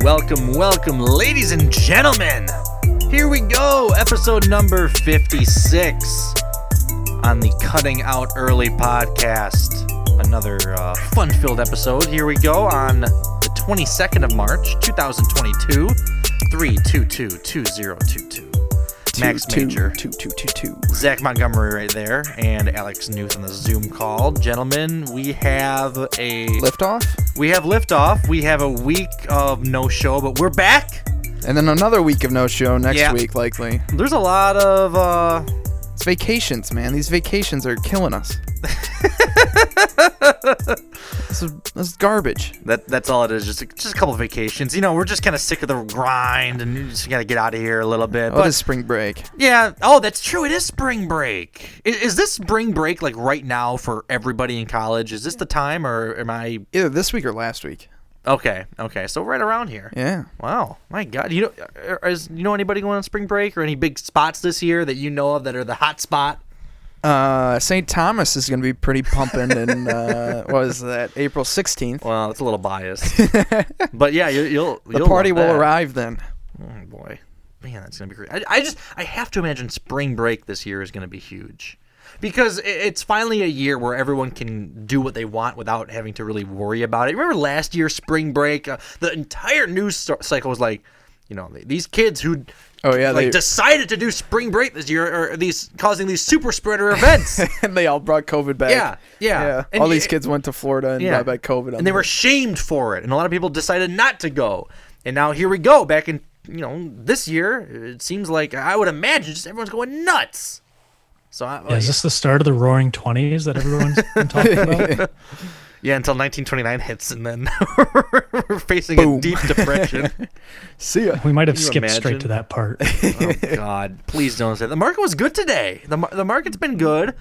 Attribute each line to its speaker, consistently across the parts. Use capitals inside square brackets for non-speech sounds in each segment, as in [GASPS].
Speaker 1: Welcome, welcome, ladies and gentlemen. Here we go, episode number 56 on the Cutting Out Early podcast. Another uh, fun filled episode. Here we go on the 22nd of March, 2022. 3222022. Max Major.
Speaker 2: Two, two, two, two.
Speaker 1: Zach Montgomery right there, and Alex Newth on the Zoom call. Gentlemen, we have a
Speaker 2: Liftoff,
Speaker 1: we have liftoff. We have a week of no show, but we're back.
Speaker 2: and then another week of no show next
Speaker 1: Yeah.
Speaker 2: week, likely.
Speaker 1: There's a lot of uh
Speaker 2: It's vacations, man. These vacations are killing [LAUGHS] us. this, is, this is garbage.
Speaker 1: that that's all it is. Just just a couple vacations. You know, we're just kind of sick of the grind and you just got to get out of here a little bit.
Speaker 2: Oh,
Speaker 1: But
Speaker 2: this spring break.
Speaker 1: yeah, oh, that's true. It is spring break. Is, is this spring break like right now for everybody in college? Is this the time or am I
Speaker 2: Either this week or last week.
Speaker 1: Okay, okay. So right around here.
Speaker 2: Yeah.
Speaker 1: Wow, my God! You know, uh, is you know anybody going on spring break or any big spots this year that you know of that are the hot spot?
Speaker 2: Uh, St. Thomas is going to be pretty pumping [LAUGHS] in, uh, what is that, April 16th.
Speaker 1: Well, that's a little [LAUGHS] biased, but yeah, you, you'll
Speaker 2: The party will arrive [LAUGHS] then.
Speaker 1: Oh boy, man, that's gonna be great. I, I just I have to imagine spring break this year is gonna be huge because i- it's finally a year where everyone can do what they want without having to really worry about it. Remember last year spring break, uh, the entire news cy- cycle was like, you know, these kids who.
Speaker 2: Oh, yeah,
Speaker 1: like
Speaker 2: they-
Speaker 1: decided to do spring break this year, are these causing these super spreader
Speaker 2: [LAUGHS]
Speaker 1: events?
Speaker 2: and they all brought COVID back.
Speaker 1: Yeah, yeah. And
Speaker 2: All
Speaker 1: y-
Speaker 2: these kids went to Florida and got back COVID. on
Speaker 1: and they
Speaker 2: them.
Speaker 1: were shamed for it, and a lot of people decided not to go. And now here we go back in you know this year. It seems like I would imagine just everyone's going nuts. So I, oh,
Speaker 3: Yeah, is this the start of the Roaring Twenties
Speaker 1: [LAUGHS]
Speaker 3: that everyone's been talking about?
Speaker 1: yeah, until 1929 hits, and then [LAUGHS] we're facing a deep depression.
Speaker 2: See ya.
Speaker 3: We might have
Speaker 1: Can you
Speaker 3: skipped
Speaker 1: imagine?
Speaker 3: straight to
Speaker 1: [LAUGHS]
Speaker 3: that part.
Speaker 1: oh
Speaker 2: [LAUGHS]
Speaker 1: God, please don't say that. The market was good today. the mar- The market's been good.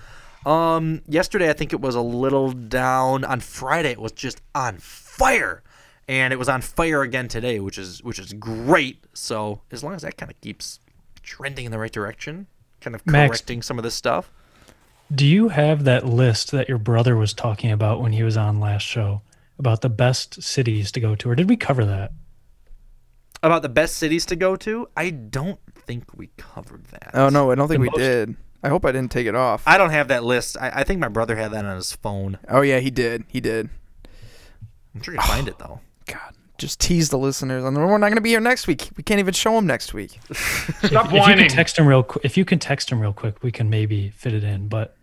Speaker 1: Um, yesterday I think it was a little down. On Friday it was just on fire, and it was on fire again today, which is which is great. So as long as that kind of keeps trending in the right direction, kind of
Speaker 3: Max-
Speaker 1: correcting some of this stuff.
Speaker 3: Do you have that list that your brother was talking about when he was on last show about the best cities to go to, or did we cover that?
Speaker 1: About the best cities to go to, I don't think we covered that.
Speaker 2: Oh, no, I don't think we
Speaker 3: most-
Speaker 2: did. I hope I didn't take it off.
Speaker 1: I don't have that list. I, I think my brother had that on his phone.
Speaker 2: oh, yeah, he did. He did.
Speaker 1: I'm
Speaker 2: [SIGHS]
Speaker 1: sure you can find it though.
Speaker 2: God, just tease the listeners. And we're not going to be here next week. We can't even show them next week.
Speaker 4: Stop
Speaker 3: If you
Speaker 4: whining!
Speaker 3: can text him real, qu- if you can text him real quick, we can maybe fit it in, but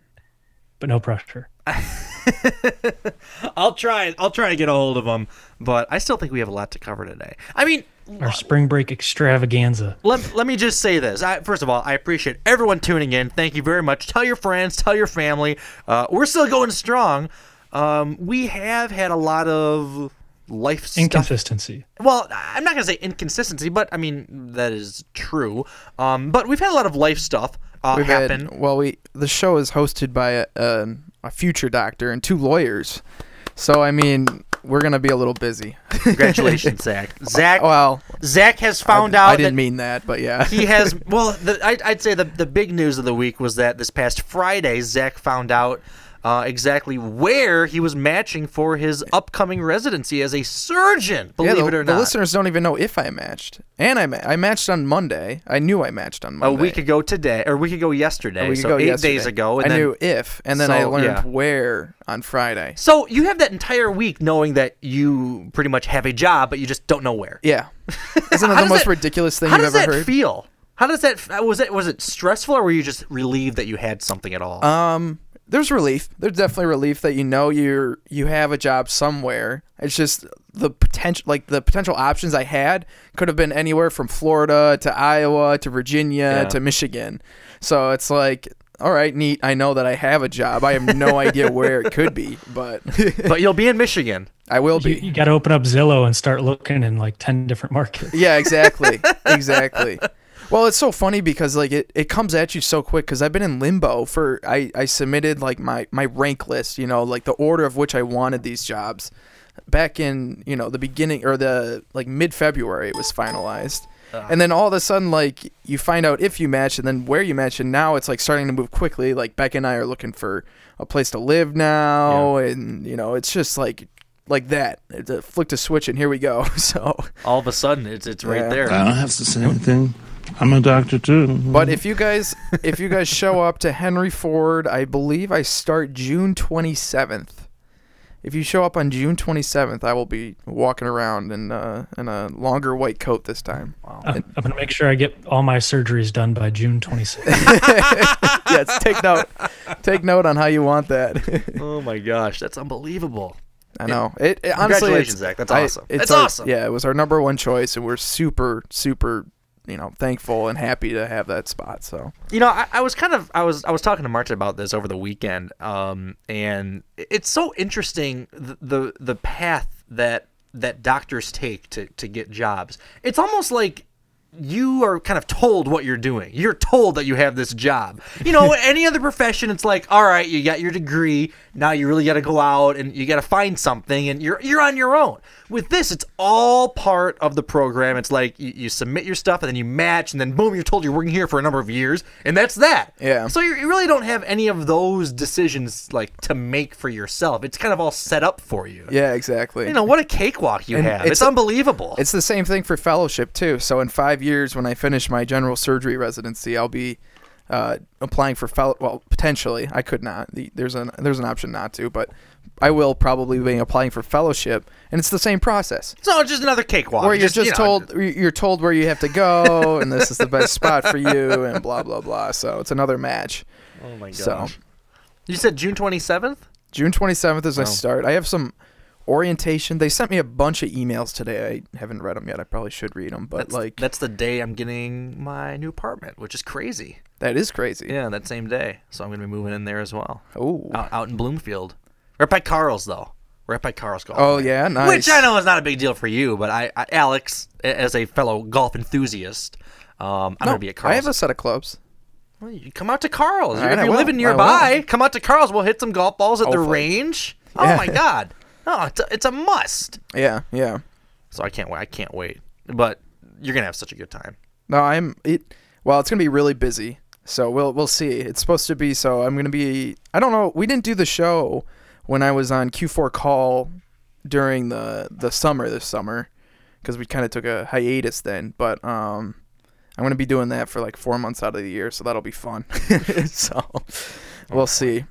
Speaker 3: but no pressure.
Speaker 1: I'll try. I'll try to get a hold of them, but I still think we have a lot to cover today. I mean,
Speaker 3: Our spring break extravaganza.
Speaker 1: let, let me just say this. I, first of all, I appreciate everyone tuning in. Thank you very much. Tell your friends, tell your family. Uh, we're still going strong. Um, we have had a lot of life stuff
Speaker 3: Inconsistency.
Speaker 1: well, I'm not gonna say inconsistency, but I mean that is true. Um, but we've had a lot of life stuff uh,
Speaker 2: We've had-
Speaker 1: happen.
Speaker 2: well, we the show is hosted by a, a, a future doctor and two lawyers. So, I mean, we're going to be a little busy.
Speaker 1: Congratulations,
Speaker 2: [LAUGHS]
Speaker 1: Zach. Zach.
Speaker 2: Well,
Speaker 1: Zach has [LAUGHS] found out
Speaker 2: I didn't
Speaker 1: that
Speaker 2: mean that, but yeah.
Speaker 1: he has well the, I, i'd say the, the big news of the week was that this past friday zach found out uh, exactly where he was matching for his upcoming residency as a surgeon
Speaker 2: [LAUGHS] Yeah,
Speaker 1: believe
Speaker 2: the,
Speaker 1: it or
Speaker 2: the
Speaker 1: not
Speaker 2: listeners don't even know if I matched. And I, ma- I matched on Monday. I knew I matched on
Speaker 1: a
Speaker 2: Monday.
Speaker 1: week ago today or a week ago
Speaker 2: A
Speaker 1: yesterday
Speaker 2: week
Speaker 1: so
Speaker 2: ago
Speaker 1: eight
Speaker 2: yesterday.
Speaker 1: days ago and
Speaker 2: I
Speaker 1: then,
Speaker 2: knew if, and then I
Speaker 1: So,
Speaker 2: learned
Speaker 1: yeah.
Speaker 2: where
Speaker 1: [LAUGHS]
Speaker 2: on Friday.
Speaker 1: so you have that entire week knowing that you pretty much have a job but you just don't know where
Speaker 2: Yeah. Isn't
Speaker 1: How
Speaker 2: that the
Speaker 1: does
Speaker 2: most
Speaker 1: that-
Speaker 2: ridiculous thing
Speaker 1: how
Speaker 2: you've
Speaker 1: does
Speaker 2: ever
Speaker 1: that
Speaker 2: heard?
Speaker 1: feel how does that f- was it was it stressful or were you just relieved that you had something at all
Speaker 2: Um, there's relief. There's definitely relief that you know you're you have a job somewhere. It's just the potential like the potential options I had could have been anywhere from Florida to Iowa to Virginia
Speaker 1: Yeah.
Speaker 2: to Michigan. So it's like all right, neat. I know that I have a job. I have
Speaker 3: [LAUGHS]
Speaker 2: no idea where it could be, but
Speaker 1: but you'll be in Michigan.
Speaker 2: I will be.
Speaker 3: You, you got to open up Zillow and start looking in like 10 different markets.
Speaker 2: Yeah, exactly. exactly. Well, it's so funny because like it, it comes at you so quick because I've been in limbo for I, I submitted like my, my rank list, you know, like the order of which I wanted these jobs back in, you know, the beginning or the like mid February it was finalized. And then all of a sudden like you find out if you match and then where you match and now it's like starting to move quickly. Like Beck and I are looking for a place to live now and you know, it's just like like that. It's a flick to switch and here we go. [LAUGHS] So
Speaker 1: All of a sudden, it's it's right
Speaker 2: Yeah.
Speaker 1: there.
Speaker 5: I don't have to say anything. I'm a doctor too.
Speaker 2: But if you guys if you guys show up to Henry Ford, I believe I start June 27th. If you show up on June 27th, I will be walking around in uh, in a longer white coat this time.
Speaker 3: I'm going to make sure I get all my surgeries done by June 26th.
Speaker 2: Yes, take note. Take note on how you want that. [LAUGHS]
Speaker 1: Oh my gosh, that's unbelievable.
Speaker 2: I know. It, it- honestly
Speaker 1: Congratulations,
Speaker 2: it's-
Speaker 1: Zach. That's
Speaker 2: I-
Speaker 1: awesome. That's
Speaker 2: our-
Speaker 1: awesome.
Speaker 2: Yeah, it was our number one choice and we're super super, you know, thankful and happy to have that spot. So,
Speaker 1: you know, I, I was kind of I was I was talking to Marta about this over the weekend, um, and it's so interesting the the, the path that that doctors take to, to get jobs. It's almost like you are kind of told what you're doing. You're told that you have this job. You know, [LAUGHS] any other profession, it's like, all right, you got your degree. Now you really got to go out and you got to find something, and you're you're on your own. With this, it's all part of the program. It's like you, you submit your stuff, and then you match, and then boom, you're told you're working here for a number of years, and that's that.
Speaker 2: Yeah.
Speaker 1: So you you really don't have any of those decisions like to make for yourself. It's kind of all set up for you.
Speaker 2: yeah, exactly.
Speaker 1: You know what a cakewalk you have. It's,
Speaker 2: it's-
Speaker 1: unbelievable.
Speaker 2: It's the same thing for fellowship too. So in five years, when I finish my general surgery residency, I'll be uh, applying for fellow. Well, potentially, I could not. The- There's an there's an option not to, but I will probably be applying for fellowship, and it's the same process.
Speaker 1: so it's just another cakewalk.
Speaker 2: Where you're just,
Speaker 1: Oh, you know,
Speaker 2: told you're told where you have to go, and this is the best spot for you, and blah blah blah. So it's another match.
Speaker 1: Oh my gosh.
Speaker 2: So
Speaker 1: You said June 27th?
Speaker 2: June 27th is I start. I have some orientation. They sent me a bunch of emails today. I haven't read them yet. I probably should read them, but
Speaker 1: That's
Speaker 2: like
Speaker 1: that's the day I'm getting my new apartment, which is crazy.
Speaker 2: that is crazy.
Speaker 1: Yeah, Oh. that same day. So I'm going to be moving in there as well.
Speaker 2: Ooh.
Speaker 1: Out, out in Bloomfield. Right by Carl's though. Right by Carl's golf.
Speaker 2: Oh yeah, nice.
Speaker 1: Which I know is not a big deal for you, but I, I Alex a- as a fellow golf enthusiast, um, I'm
Speaker 2: No,
Speaker 1: going to be at
Speaker 2: I
Speaker 1: Carl's.
Speaker 2: have a set of clubs.
Speaker 1: Well, you come out to Carl's.
Speaker 2: All right,
Speaker 1: if
Speaker 2: I
Speaker 1: you're
Speaker 2: will.
Speaker 1: living
Speaker 2: I
Speaker 1: nearby,
Speaker 2: will.
Speaker 1: come out to Carl's. We'll hit some golf balls at the
Speaker 2: Hopefully.
Speaker 1: range. Oh
Speaker 2: Yeah.
Speaker 1: my god. [LAUGHS] No, it's a, it's a must.
Speaker 2: Yeah, yeah.
Speaker 1: So I can't wait. I can't wait. But you're going to have such a good time.
Speaker 2: No, I'm it. Well, it's gonna be really busy, so we'll we'll see. It's supposed to be so. I'm gonna be. I don't know. We didn't do the show when I was on Q4 call during the the summer this summer because we kind of took a hiatus then. But um, I'm gonna be doing that for like four months out of the year, so that'll be fun. [LAUGHS] so we'll see.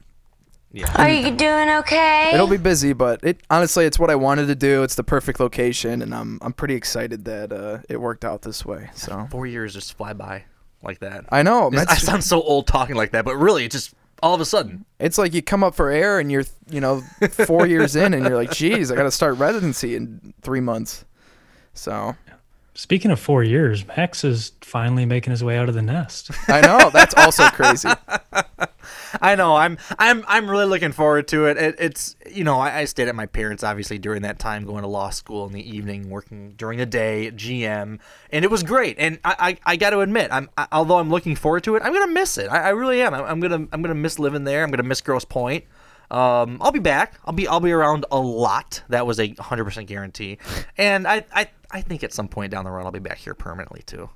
Speaker 6: Are you doing okay?
Speaker 2: It'll be busy, but it honestly, it's what I wanted to do. It's the perfect location, and I'm I'm pretty excited that uh, it worked out this way. So
Speaker 1: four years just fly by like that.
Speaker 2: I know
Speaker 1: This- I
Speaker 2: that's-
Speaker 1: sound so old talking like that, but really, it just all of a sudden.
Speaker 2: it's like you come up for air, and you're you know four years in, and you're like, geez, I got to start residency in three months. So
Speaker 3: Speaking of four years, Max is finally making his way out of
Speaker 1: [LAUGHS]
Speaker 3: the nest.
Speaker 2: I know that's also crazy.
Speaker 1: I know. I'm. I'm. I'm really looking forward to it. it it's. You know, I, I stayed at my parents obviously during that time, going to law school in the evening, working during the day at GM, and it was great. And I. I, I got to admit, I'm. I, although I'm looking forward to it, I'm gonna miss it. I, I really am. I'm, I'm gonna. I'm gonna miss living there. I'm gonna miss Gross Point. Um, I'll be back. I'll be I'll be around a lot. That was a hundred percent guarantee, and I, I I think at some point down the road I'll be back here permanently too.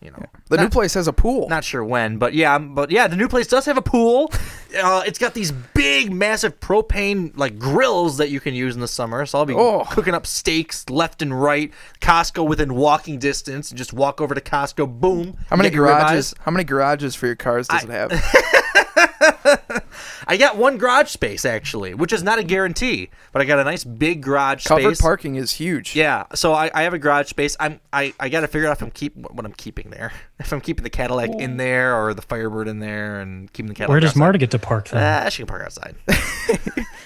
Speaker 1: You know,
Speaker 2: The new place has a pool.
Speaker 1: not sure when, but yeah, I'm- but yeah, the new place does have a pool. Uh, it's got these big, massive propane like grills that you can use in the summer. So I'll be
Speaker 2: Oh.
Speaker 1: cooking up steaks left and right. Costco within walking distance. Just walk over to Costco. Boom.
Speaker 2: how many
Speaker 1: get your ribeyes.
Speaker 2: garages? How many garages for your cars does it have?
Speaker 1: [LAUGHS] I got one garage space actually, which is not a guarantee, but I got a nice big garage
Speaker 2: Covered
Speaker 1: space.
Speaker 2: parking is huge.
Speaker 1: Yeah, so I, I have a garage space. I'm I, I gotta figure out if I'm keep what I'm keeping there. [LAUGHS] If I'm keeping the Cadillac in there or the Firebird in there, and keeping the Cadillac.
Speaker 3: Where does
Speaker 1: outside. Ah,
Speaker 3: Marta get to park then?
Speaker 1: Uh, she can park outside.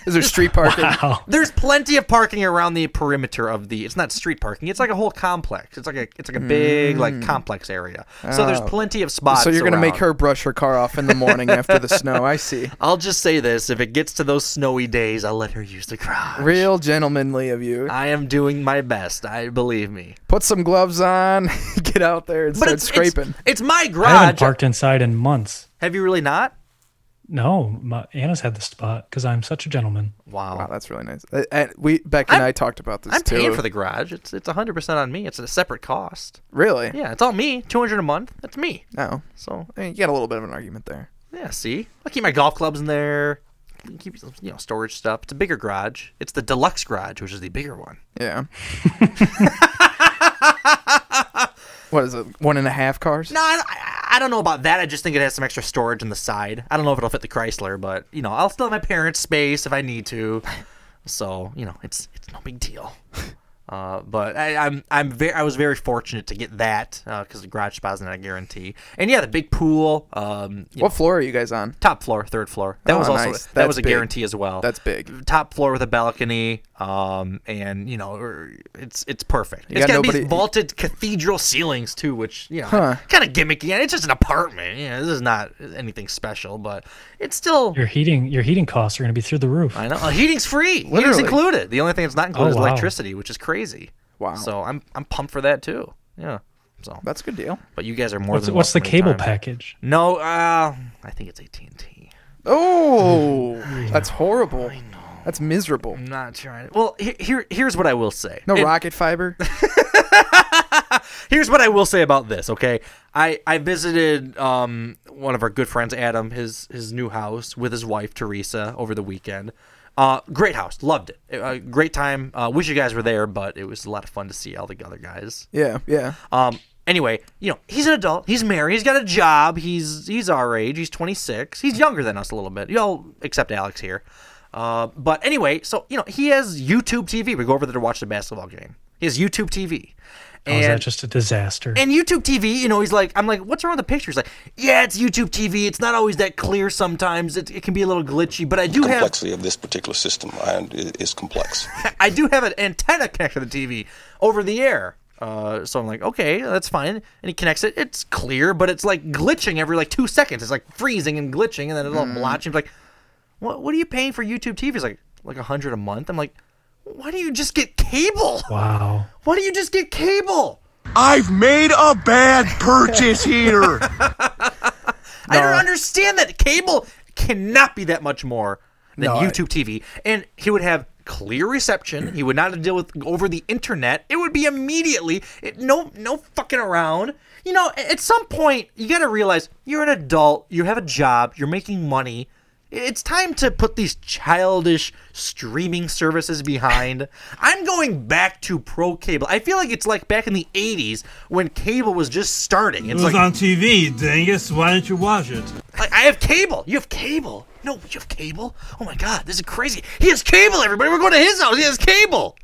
Speaker 2: Is there
Speaker 1: [LAUGHS]
Speaker 2: street parking?
Speaker 3: Wow.
Speaker 1: There's plenty of parking around the perimeter of the. It's not street parking. It's like a whole complex. It's like a it's like a big like complex area. So there's plenty of spots.
Speaker 2: Mm. Oh. So you're gonna make
Speaker 1: around.
Speaker 2: her brush her car off in the morning after the snow.
Speaker 1: [LAUGHS]
Speaker 2: I see.
Speaker 1: I'll just say this: if it gets to those snowy days, I'll let her use the garage.
Speaker 2: Real gentlemanly of you.
Speaker 1: I am doing my best. I believe me.
Speaker 2: Put some gloves on. [LAUGHS] Get out there and
Speaker 1: But
Speaker 2: start
Speaker 1: it's
Speaker 2: scraping.
Speaker 1: It's, it's my
Speaker 3: I haven't
Speaker 1: garage.
Speaker 3: parked inside in months.
Speaker 1: Have you really not?
Speaker 3: No, my, Anna's had the spot because I'm such a gentleman.
Speaker 1: Wow.
Speaker 2: wow, that's really nice. Uh, And we Becky and
Speaker 1: I'm-
Speaker 2: I talked about this
Speaker 1: I'm
Speaker 2: too.
Speaker 1: paying for the garage. It's it's 100% on me. It's a separate cost.
Speaker 2: really?
Speaker 1: Yeah, it's all me. 200 a month. That's me.
Speaker 2: No.
Speaker 1: So
Speaker 2: I mean, you got a little bit of an argument there.
Speaker 1: yeah, see, I keep my golf clubs in there. Keep some, you know storage stuff. It's a bigger garage. It's the deluxe garage, which is the bigger one. [LAUGHS]
Speaker 2: Yeah. what is it? One and a half cars?
Speaker 1: No, I, I- I don't know about that. I just think it has some extra storage on the side. I don't know if it'll fit the Chrysler, but you know, I'll still have my parents' space if I need
Speaker 2: [LAUGHS]
Speaker 1: to. So you know, it's it's no big deal. Uh, but I, I'm I'm very I was very fortunate to get that because the garage spot is not a guarantee. And yeah, the big pool. Um, you know,
Speaker 2: What floor are you guys on?
Speaker 1: top floor, third floor. That
Speaker 2: Oh,
Speaker 1: was also
Speaker 2: nice.
Speaker 1: that
Speaker 2: That's
Speaker 1: was a
Speaker 2: big.
Speaker 1: guarantee as well.
Speaker 2: That's big.
Speaker 1: Top floor with a balcony, um, and you know, er, it's it's perfect. It's
Speaker 2: got
Speaker 1: got
Speaker 2: nobody-
Speaker 1: these vaulted cathedral ceilings too, which you know, kind of gimmicky. And it's just an apartment. Yeah, this is not anything special, but it's still.
Speaker 3: Your heating, your heating costs are going to be through the roof.
Speaker 1: I know uh, heating's free. Heating's
Speaker 2: Literally.
Speaker 1: included. The only thing that's not included
Speaker 3: Oh,
Speaker 1: is
Speaker 3: wow.
Speaker 1: electricity, which is crazy.
Speaker 2: Wow.
Speaker 1: So I'm I'm pumped for that too. Yeah. So,
Speaker 2: That's a
Speaker 1: [LAUGHS]
Speaker 2: good deal.
Speaker 1: but you guys are more
Speaker 3: What's,
Speaker 1: than
Speaker 3: what's the
Speaker 1: welcome
Speaker 3: cable
Speaker 1: anytime.
Speaker 3: package?
Speaker 1: No, uh, I think it's AT and T.
Speaker 2: Oh, that's horrible. That's miserable.
Speaker 1: I'm not trying. To, well, he- here here's what I will say.
Speaker 2: No
Speaker 1: And [LAUGHS]
Speaker 2: rocket fiber.
Speaker 1: Here's what I will say about this. Okay, I I visited um one of our good friends Adam his his new house with his wife Teresa over the weekend. Uh, great house, loved it. Uh, great time. Uh, wish you guys were there, but it was a lot of fun to see all the other guys.
Speaker 2: Yeah, yeah.
Speaker 1: Um. Anyway, you know, he's an adult. He's married. He's got a job. He's he's our age. He's 26. He's younger than us a little bit. Y'all, except Alex here. Uh, but anyway, so you know, he has YouTube TV. We go over there to watch the basketball game. He has YouTube TV.
Speaker 3: Or Oh, is
Speaker 1: And-
Speaker 3: that just a disaster?
Speaker 1: and YouTube TV, you know, he's like, I'm like, what's wrong with the picture? He's like, yeah, it's YouTube TV. It's not always that clear sometimes. It, it can be a little glitchy, but I do have
Speaker 7: complexity of this particular system I- is complex.
Speaker 1: I do have an antenna connected to the TV over the air. Uh, so I'm like, okay, that's fine. And he connects it. It's clear, but it's like glitching every like two seconds. It's like freezing and glitching, and then it'll blotch. He's like, what? What are you paying for YouTube TV? He's like, like a hundred a month. I'm like, why do you just get cable?
Speaker 3: wow.
Speaker 1: Why do you just get cable?
Speaker 8: I've made a bad purchase here.
Speaker 1: I don't understand that cable cannot be that much more than
Speaker 2: No, I-
Speaker 1: YouTube TV, and he would have clear reception. He would not have to deal with over the internet. It would be immediately it, no no fucking around. You know, a- at some point you got to realize you're an adult. You have a job. You're making money. It's time to put these childish streaming services behind. I'm going back to pro cable. I feel like it's like back in the 80s when cable was just starting. It's like
Speaker 5: TV, Dingus. Why don't you watch it?
Speaker 1: like, I have cable. You have cable. No, you have cable. Oh my God, this is crazy. He has cable. Everybody, we're going to his house. He has cable.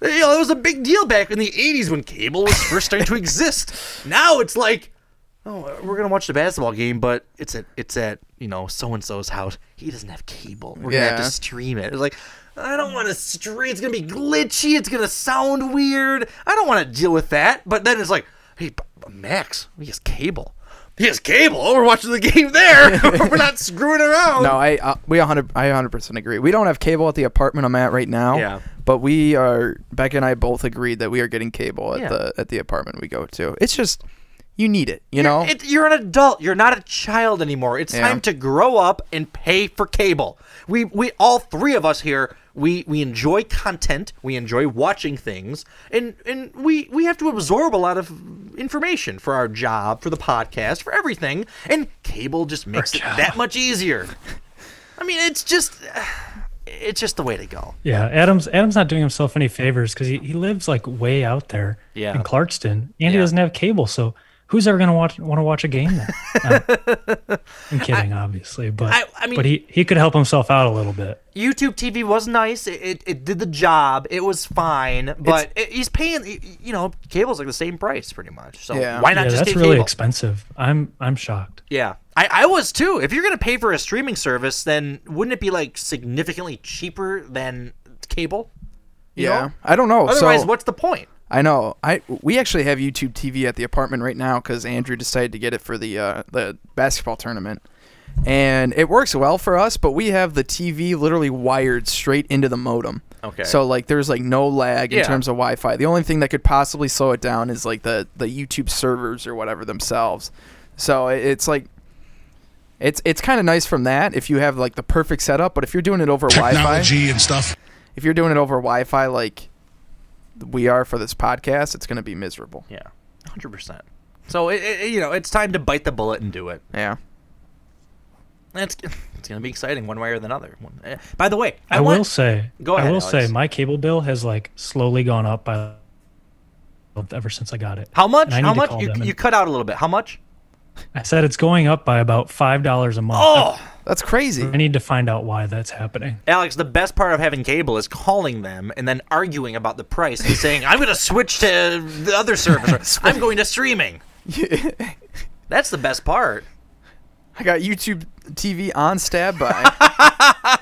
Speaker 1: You know, it was a big deal back in the '80s when cable was first starting to exist. Now it's like, oh, we're gonna watch the basketball game, but it's at it's at you know so and so's house. He doesn't have cable. We're gonna have
Speaker 2: Yeah.
Speaker 1: to stream it. It's like. I don't want to stream. It's gonna be glitchy. It's gonna sound weird. I don't want to deal with that. But then it's like, hey, but- but Max, he has cable. He has cable. We're watching the game there. [LAUGHS] We're not screwing around.
Speaker 2: No, I uh, we 100 I 100% agree. We don't have cable at the apartment I'm at right now.
Speaker 1: Yeah.
Speaker 2: But we are Beck and I both agreed that we are getting cable at
Speaker 1: Yeah.
Speaker 2: the at the apartment we go to. It's just you need it, you know?
Speaker 1: It, you're an adult. You're not a child anymore. It's time to grow up and pay for cable. We we all three of us here. We we enjoy content. We enjoy watching things, and and we we have to absorb a lot of information for our job, for the podcast, for everything. And cable just makes it that much easier. I mean, it's just it's just the way to go.
Speaker 3: Yeah, Adam's Adam's not doing himself any favors because he, he lives like way out there
Speaker 1: Yeah.
Speaker 3: in Clarkston, and
Speaker 1: Yeah.
Speaker 3: he doesn't have cable. So who's ever going to watch want to watch a game
Speaker 1: [LAUGHS]
Speaker 3: then? Uh, I'm kidding, obviously, but
Speaker 1: I- I mean-
Speaker 3: but he he could help himself out a little bit.
Speaker 1: YouTube TV was nice. It, it, it did the job. It was fine, but it, he's paying. You know, cable's like the same price pretty much. So
Speaker 2: Yeah.
Speaker 1: why not
Speaker 3: Yeah,
Speaker 1: just
Speaker 3: that's
Speaker 1: get
Speaker 3: really
Speaker 1: cable?
Speaker 3: expensive. I'm I'm shocked.
Speaker 1: Yeah, I, I was too. If you're gonna pay for a streaming service, then wouldn't it be like significantly cheaper than cable? You
Speaker 2: yeah,
Speaker 1: know?
Speaker 2: I don't know.
Speaker 1: Otherwise,
Speaker 2: so,
Speaker 1: what's the point?
Speaker 2: I know. I we actually have YouTube TV at the apartment right now because Andrew decided to get it for the uh, the basketball tournament, and it works well for us. But we have the TV literally wired straight into the modem.
Speaker 1: Okay.
Speaker 2: So like, there's like no lag
Speaker 1: Yeah.
Speaker 2: in terms of Wi-Fi. The only thing that could possibly slow it down is like the the YouTube servers or whatever themselves. So it- it's like. It's, it's kind of nice from that if you have like the perfect setup, but if you're doing it over Wi-Fi,
Speaker 9: and stuff.
Speaker 2: if you're doing it over Wi-Fi like we are for this podcast, it's going to be miserable.
Speaker 1: Yeah, hundred percent. So it, it, you know, it's time to bite the bullet and do it.
Speaker 2: Yeah.
Speaker 1: It's it's gonna be exciting one way or the other. One- eh, By the way, I,
Speaker 3: I,
Speaker 1: want-
Speaker 3: will say,
Speaker 1: Go ahead,
Speaker 3: I will say,
Speaker 1: Alex.
Speaker 3: my cable bill has like slowly gone up by ever since I got it.
Speaker 1: how much?
Speaker 3: And I need
Speaker 1: How
Speaker 3: to
Speaker 1: much?
Speaker 3: call
Speaker 1: You,
Speaker 3: them and-
Speaker 1: you cut out a little bit. How much?
Speaker 3: I said it's going up by about five dollars a month.
Speaker 1: Oh,
Speaker 2: That's crazy.
Speaker 3: I need to find out why that's happening.
Speaker 1: Alex, the best part of having cable is calling them and then arguing about the price and saying, "I'm going to switch to the [LAUGHS] other service. Or, I'm going to streaming." That's the best part.
Speaker 2: [LAUGHS] I got YouTube TV on standby.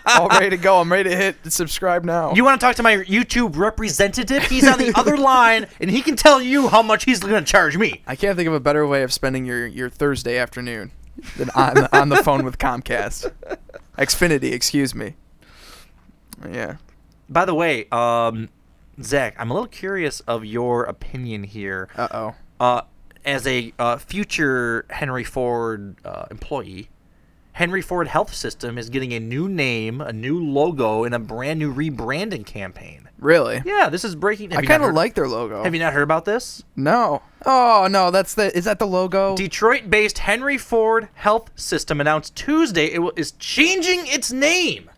Speaker 2: All ready to go. I'm ready to hit subscribe now.
Speaker 1: You want to talk to my YouTube representative? He's on [LAUGHS] the other line, and he can tell you how much he's going to charge me.
Speaker 2: I can't think of a better way of spending your, your Thursday afternoon than on, on the phone with
Speaker 1: [LAUGHS]
Speaker 2: Comcast. Xfinity, excuse me. Yeah.
Speaker 1: By the way, um, Zach, I'm a little curious of your opinion here.
Speaker 2: Uh oh.
Speaker 1: uh, as a uh, future Henry Ford uh, employee, Henry Ford Health System is getting a new name, a new logo, and a brand new rebranding campaign.
Speaker 2: Really?
Speaker 1: Yeah, this is breaking. have
Speaker 2: I
Speaker 1: you not
Speaker 2: kind of
Speaker 1: heard-
Speaker 2: like their logo.
Speaker 1: Have you not heard about this?
Speaker 2: no. Oh no, that's the. Is that the logo?
Speaker 1: Detroit-based Henry Ford Health System announced Tuesday it will, is changing its name,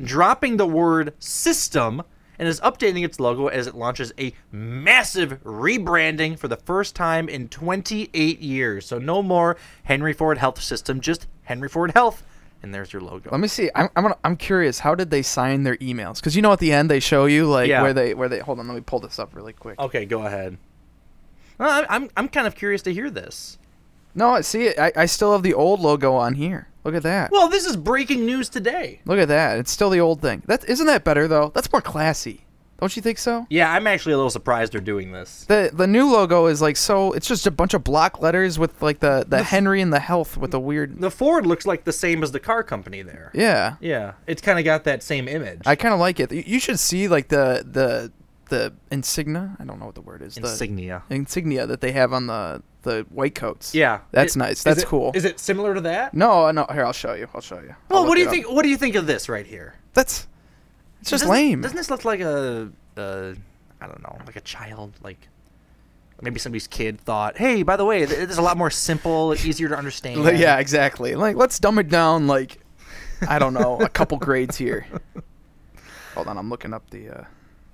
Speaker 1: dropping the word "system." And is updating its logo as it launches a massive rebranding for the first time in 28 years. So no more Henry Ford Health System, just Henry Ford Health, and there's your logo.
Speaker 2: Let me see. I'm I'm, gonna, I'm curious. How did they sign their emails? Because you know at the end they show you like
Speaker 1: Yeah. Oh.
Speaker 2: where they where they. Hold on, let me pull this up really quick.
Speaker 1: okay, go ahead. Well, I- I'm I'm kind of curious to hear this.
Speaker 2: No, I see it. I, I still have the old logo on here. Look at that.
Speaker 1: Well, this is breaking news today.
Speaker 2: Look at that. It's still the old thing. That isn't that better though. That's more classy. Don't you think so?
Speaker 1: Yeah, I'm actually a little surprised they're doing this.
Speaker 2: The the new logo is like so. It's just a bunch of block letters with like the the Henry and the health with the weird.
Speaker 1: the Ford looks like the same as the car company there.
Speaker 2: Yeah.
Speaker 1: Yeah, it's kind of got that same image.
Speaker 2: I kind of like it. You- You should see like the the the insignia. I don't know what the word is.
Speaker 1: Insignia.
Speaker 2: The insignia that they have on the the white coats.
Speaker 1: Yeah,
Speaker 2: That's
Speaker 1: It-
Speaker 2: nice.
Speaker 1: is
Speaker 2: That's
Speaker 1: it-
Speaker 2: cool.
Speaker 1: Is it similar to that?
Speaker 2: No, uh, no. Here, I'll show you. I'll show you. I'll
Speaker 1: Well,
Speaker 2: look
Speaker 1: what do
Speaker 2: it
Speaker 1: you
Speaker 2: up.
Speaker 1: think? What do you think of this right here?
Speaker 2: That's it's just
Speaker 1: Doesn't-
Speaker 2: lame. [LAUGHS]
Speaker 1: Doesn't this look like a, a, I don't know, like a child, like maybe somebody's kid thought, hey, by the way, th- it's a lot more simple, it's easier to understand.
Speaker 2: Like, [LAUGHS] yeah, exactly. Like, let's dumb it down. Like, I don't know,
Speaker 1: [LAUGHS]
Speaker 2: a couple grades here. Hold on, I'm looking up the. Uh,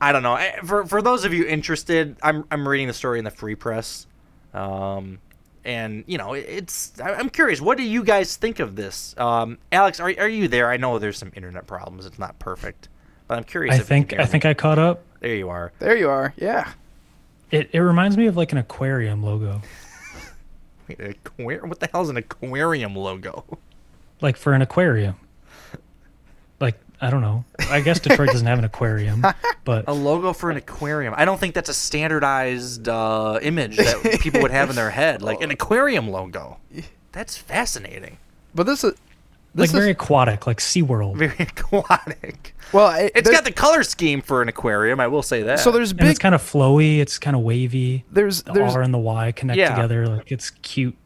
Speaker 1: I don't know. I- For for those of you interested, I'm I'm reading the story in the Free Press, um, and you know it- it's. I- I'm curious. What do you guys think of this? Um, Alex, are are you there? I know there's some internet problems. It's not perfect, but I'm curious.
Speaker 3: I
Speaker 1: if
Speaker 3: think I think I caught up.
Speaker 1: there you are.
Speaker 2: there you are. Yeah.
Speaker 3: It it reminds me of like an aquarium logo,
Speaker 1: Wait, aquar- what the hell is an aquarium logo?
Speaker 3: like for an aquarium. Like I don't know. I guess Detroit doesn't have
Speaker 1: [LAUGHS]
Speaker 3: an aquarium, but
Speaker 1: [LAUGHS] A logo for an aquarium. I don't think that's a standardized uh, image [LAUGHS] that people would have in their head, like an aquarium logo. That's fascinating.
Speaker 2: But this is.
Speaker 3: like
Speaker 2: This is,
Speaker 3: very aquatic, like SeaWorld.
Speaker 1: Very [LAUGHS] aquatic.
Speaker 2: well, it,
Speaker 1: It's
Speaker 2: there's-
Speaker 1: got the color scheme for an aquarium. I will say that.
Speaker 2: So there's
Speaker 3: And it's
Speaker 2: big.
Speaker 3: kind of flowy, it's kind of wavy.
Speaker 2: There's
Speaker 3: The
Speaker 2: there's
Speaker 3: R and the Y connect
Speaker 1: Yeah.
Speaker 3: together, like it's cute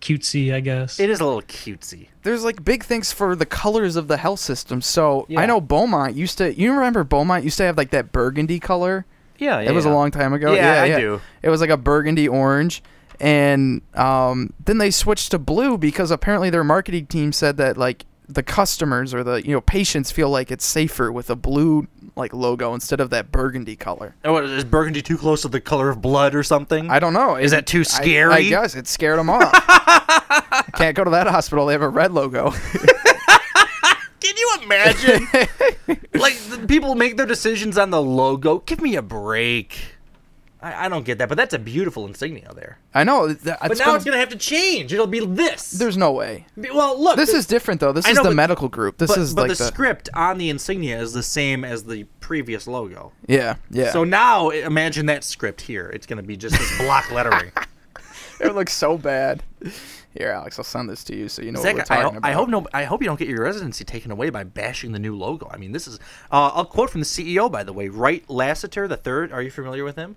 Speaker 3: cutesy, I guess.
Speaker 1: it is a little cutesy.
Speaker 2: there's like big things for the colors of the health system. So
Speaker 1: Yeah.
Speaker 2: I know Beaumont used to. You remember Beaumont used to have like that burgundy color.
Speaker 1: Yeah, yeah.
Speaker 2: It was a long time ago.
Speaker 1: Yeah, I do.
Speaker 2: It was like a burgundy orange, and um, then they switched to blue because apparently their marketing team said that like the customers or the you know patients feel like it's safer with a blue like logo instead of that burgundy color.
Speaker 1: Oh, what, is burgundy too close to the color of blood or something?
Speaker 2: I don't know.
Speaker 1: Is
Speaker 2: It-
Speaker 1: that too
Speaker 2: I-
Speaker 1: scary?
Speaker 2: I, guess it scared
Speaker 1: [LAUGHS]
Speaker 2: them off. Can't go to that hospital. They have a red logo. [LAUGHS]
Speaker 1: Can you imagine?
Speaker 2: [LAUGHS]
Speaker 1: like the people make their decisions on the logo. Give me a break. I, I don't get that, but that's a beautiful insignia there.
Speaker 2: I know. th- That,
Speaker 1: But now it's gonna have to change. It'll be this.
Speaker 2: There's no way.
Speaker 1: well, look.
Speaker 2: This
Speaker 1: th-
Speaker 2: is different though. This
Speaker 1: I
Speaker 2: is
Speaker 1: know,
Speaker 2: the
Speaker 1: but-
Speaker 2: medical group. This
Speaker 1: but,
Speaker 2: is
Speaker 1: but
Speaker 2: like
Speaker 1: the
Speaker 2: the,
Speaker 1: script on the insignia is the same as the previous logo.
Speaker 2: yeah yeah.
Speaker 1: So now i- imagine that script here. It's gonna be just this block
Speaker 2: [LAUGHS]
Speaker 1: lettering.
Speaker 2: [LAUGHS] it looks so bad. Here, Alex, I'll send this to you so you know
Speaker 1: Zach,
Speaker 2: what we're
Speaker 1: I,
Speaker 2: talking
Speaker 1: ho-
Speaker 2: about.
Speaker 1: I hope no. I hope you don't get your residency taken away by bashing the new logo. I mean, this is. Uh, I'll quote from the CEO, by the way, Wright Lassiter the third. Are you familiar with him?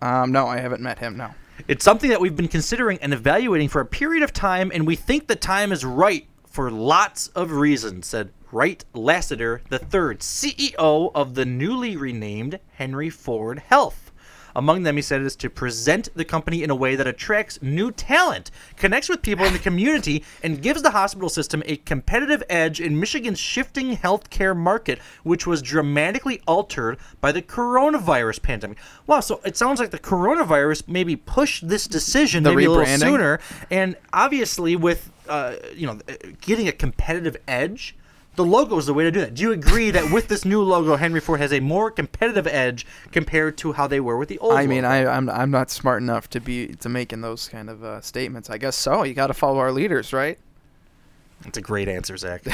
Speaker 2: Um, no, I haven't met him. No.
Speaker 1: It's something that we've been considering and evaluating for a period of time, and we think the time is right for lots of reasons," said Wright Lassiter III, CEO E of the newly renamed Henry Ford Health. Among them, he said, is to present the company in a way that attracts new talent, connects with people in the community, and gives the hospital system a competitive edge in Michigan's shifting healthcare market, which was dramatically altered by the coronavirus pandemic. Wow, so it sounds like the coronavirus maybe pushed this decision
Speaker 2: The
Speaker 1: maybe a little
Speaker 2: rebranding?
Speaker 1: sooner, and obviously with uh, you know getting a competitive edge. The logo is the way to do that. Do you agree that with this new logo, Henry Ford has a more competitive edge compared to how they were with the old?
Speaker 2: I mean,
Speaker 1: logo?
Speaker 2: I, I'm I'm not smart enough to be to making those kind of uh, statements. I guess so. You got to follow our leaders, right?
Speaker 1: It's a great answer, [LAUGHS] Zach. uh,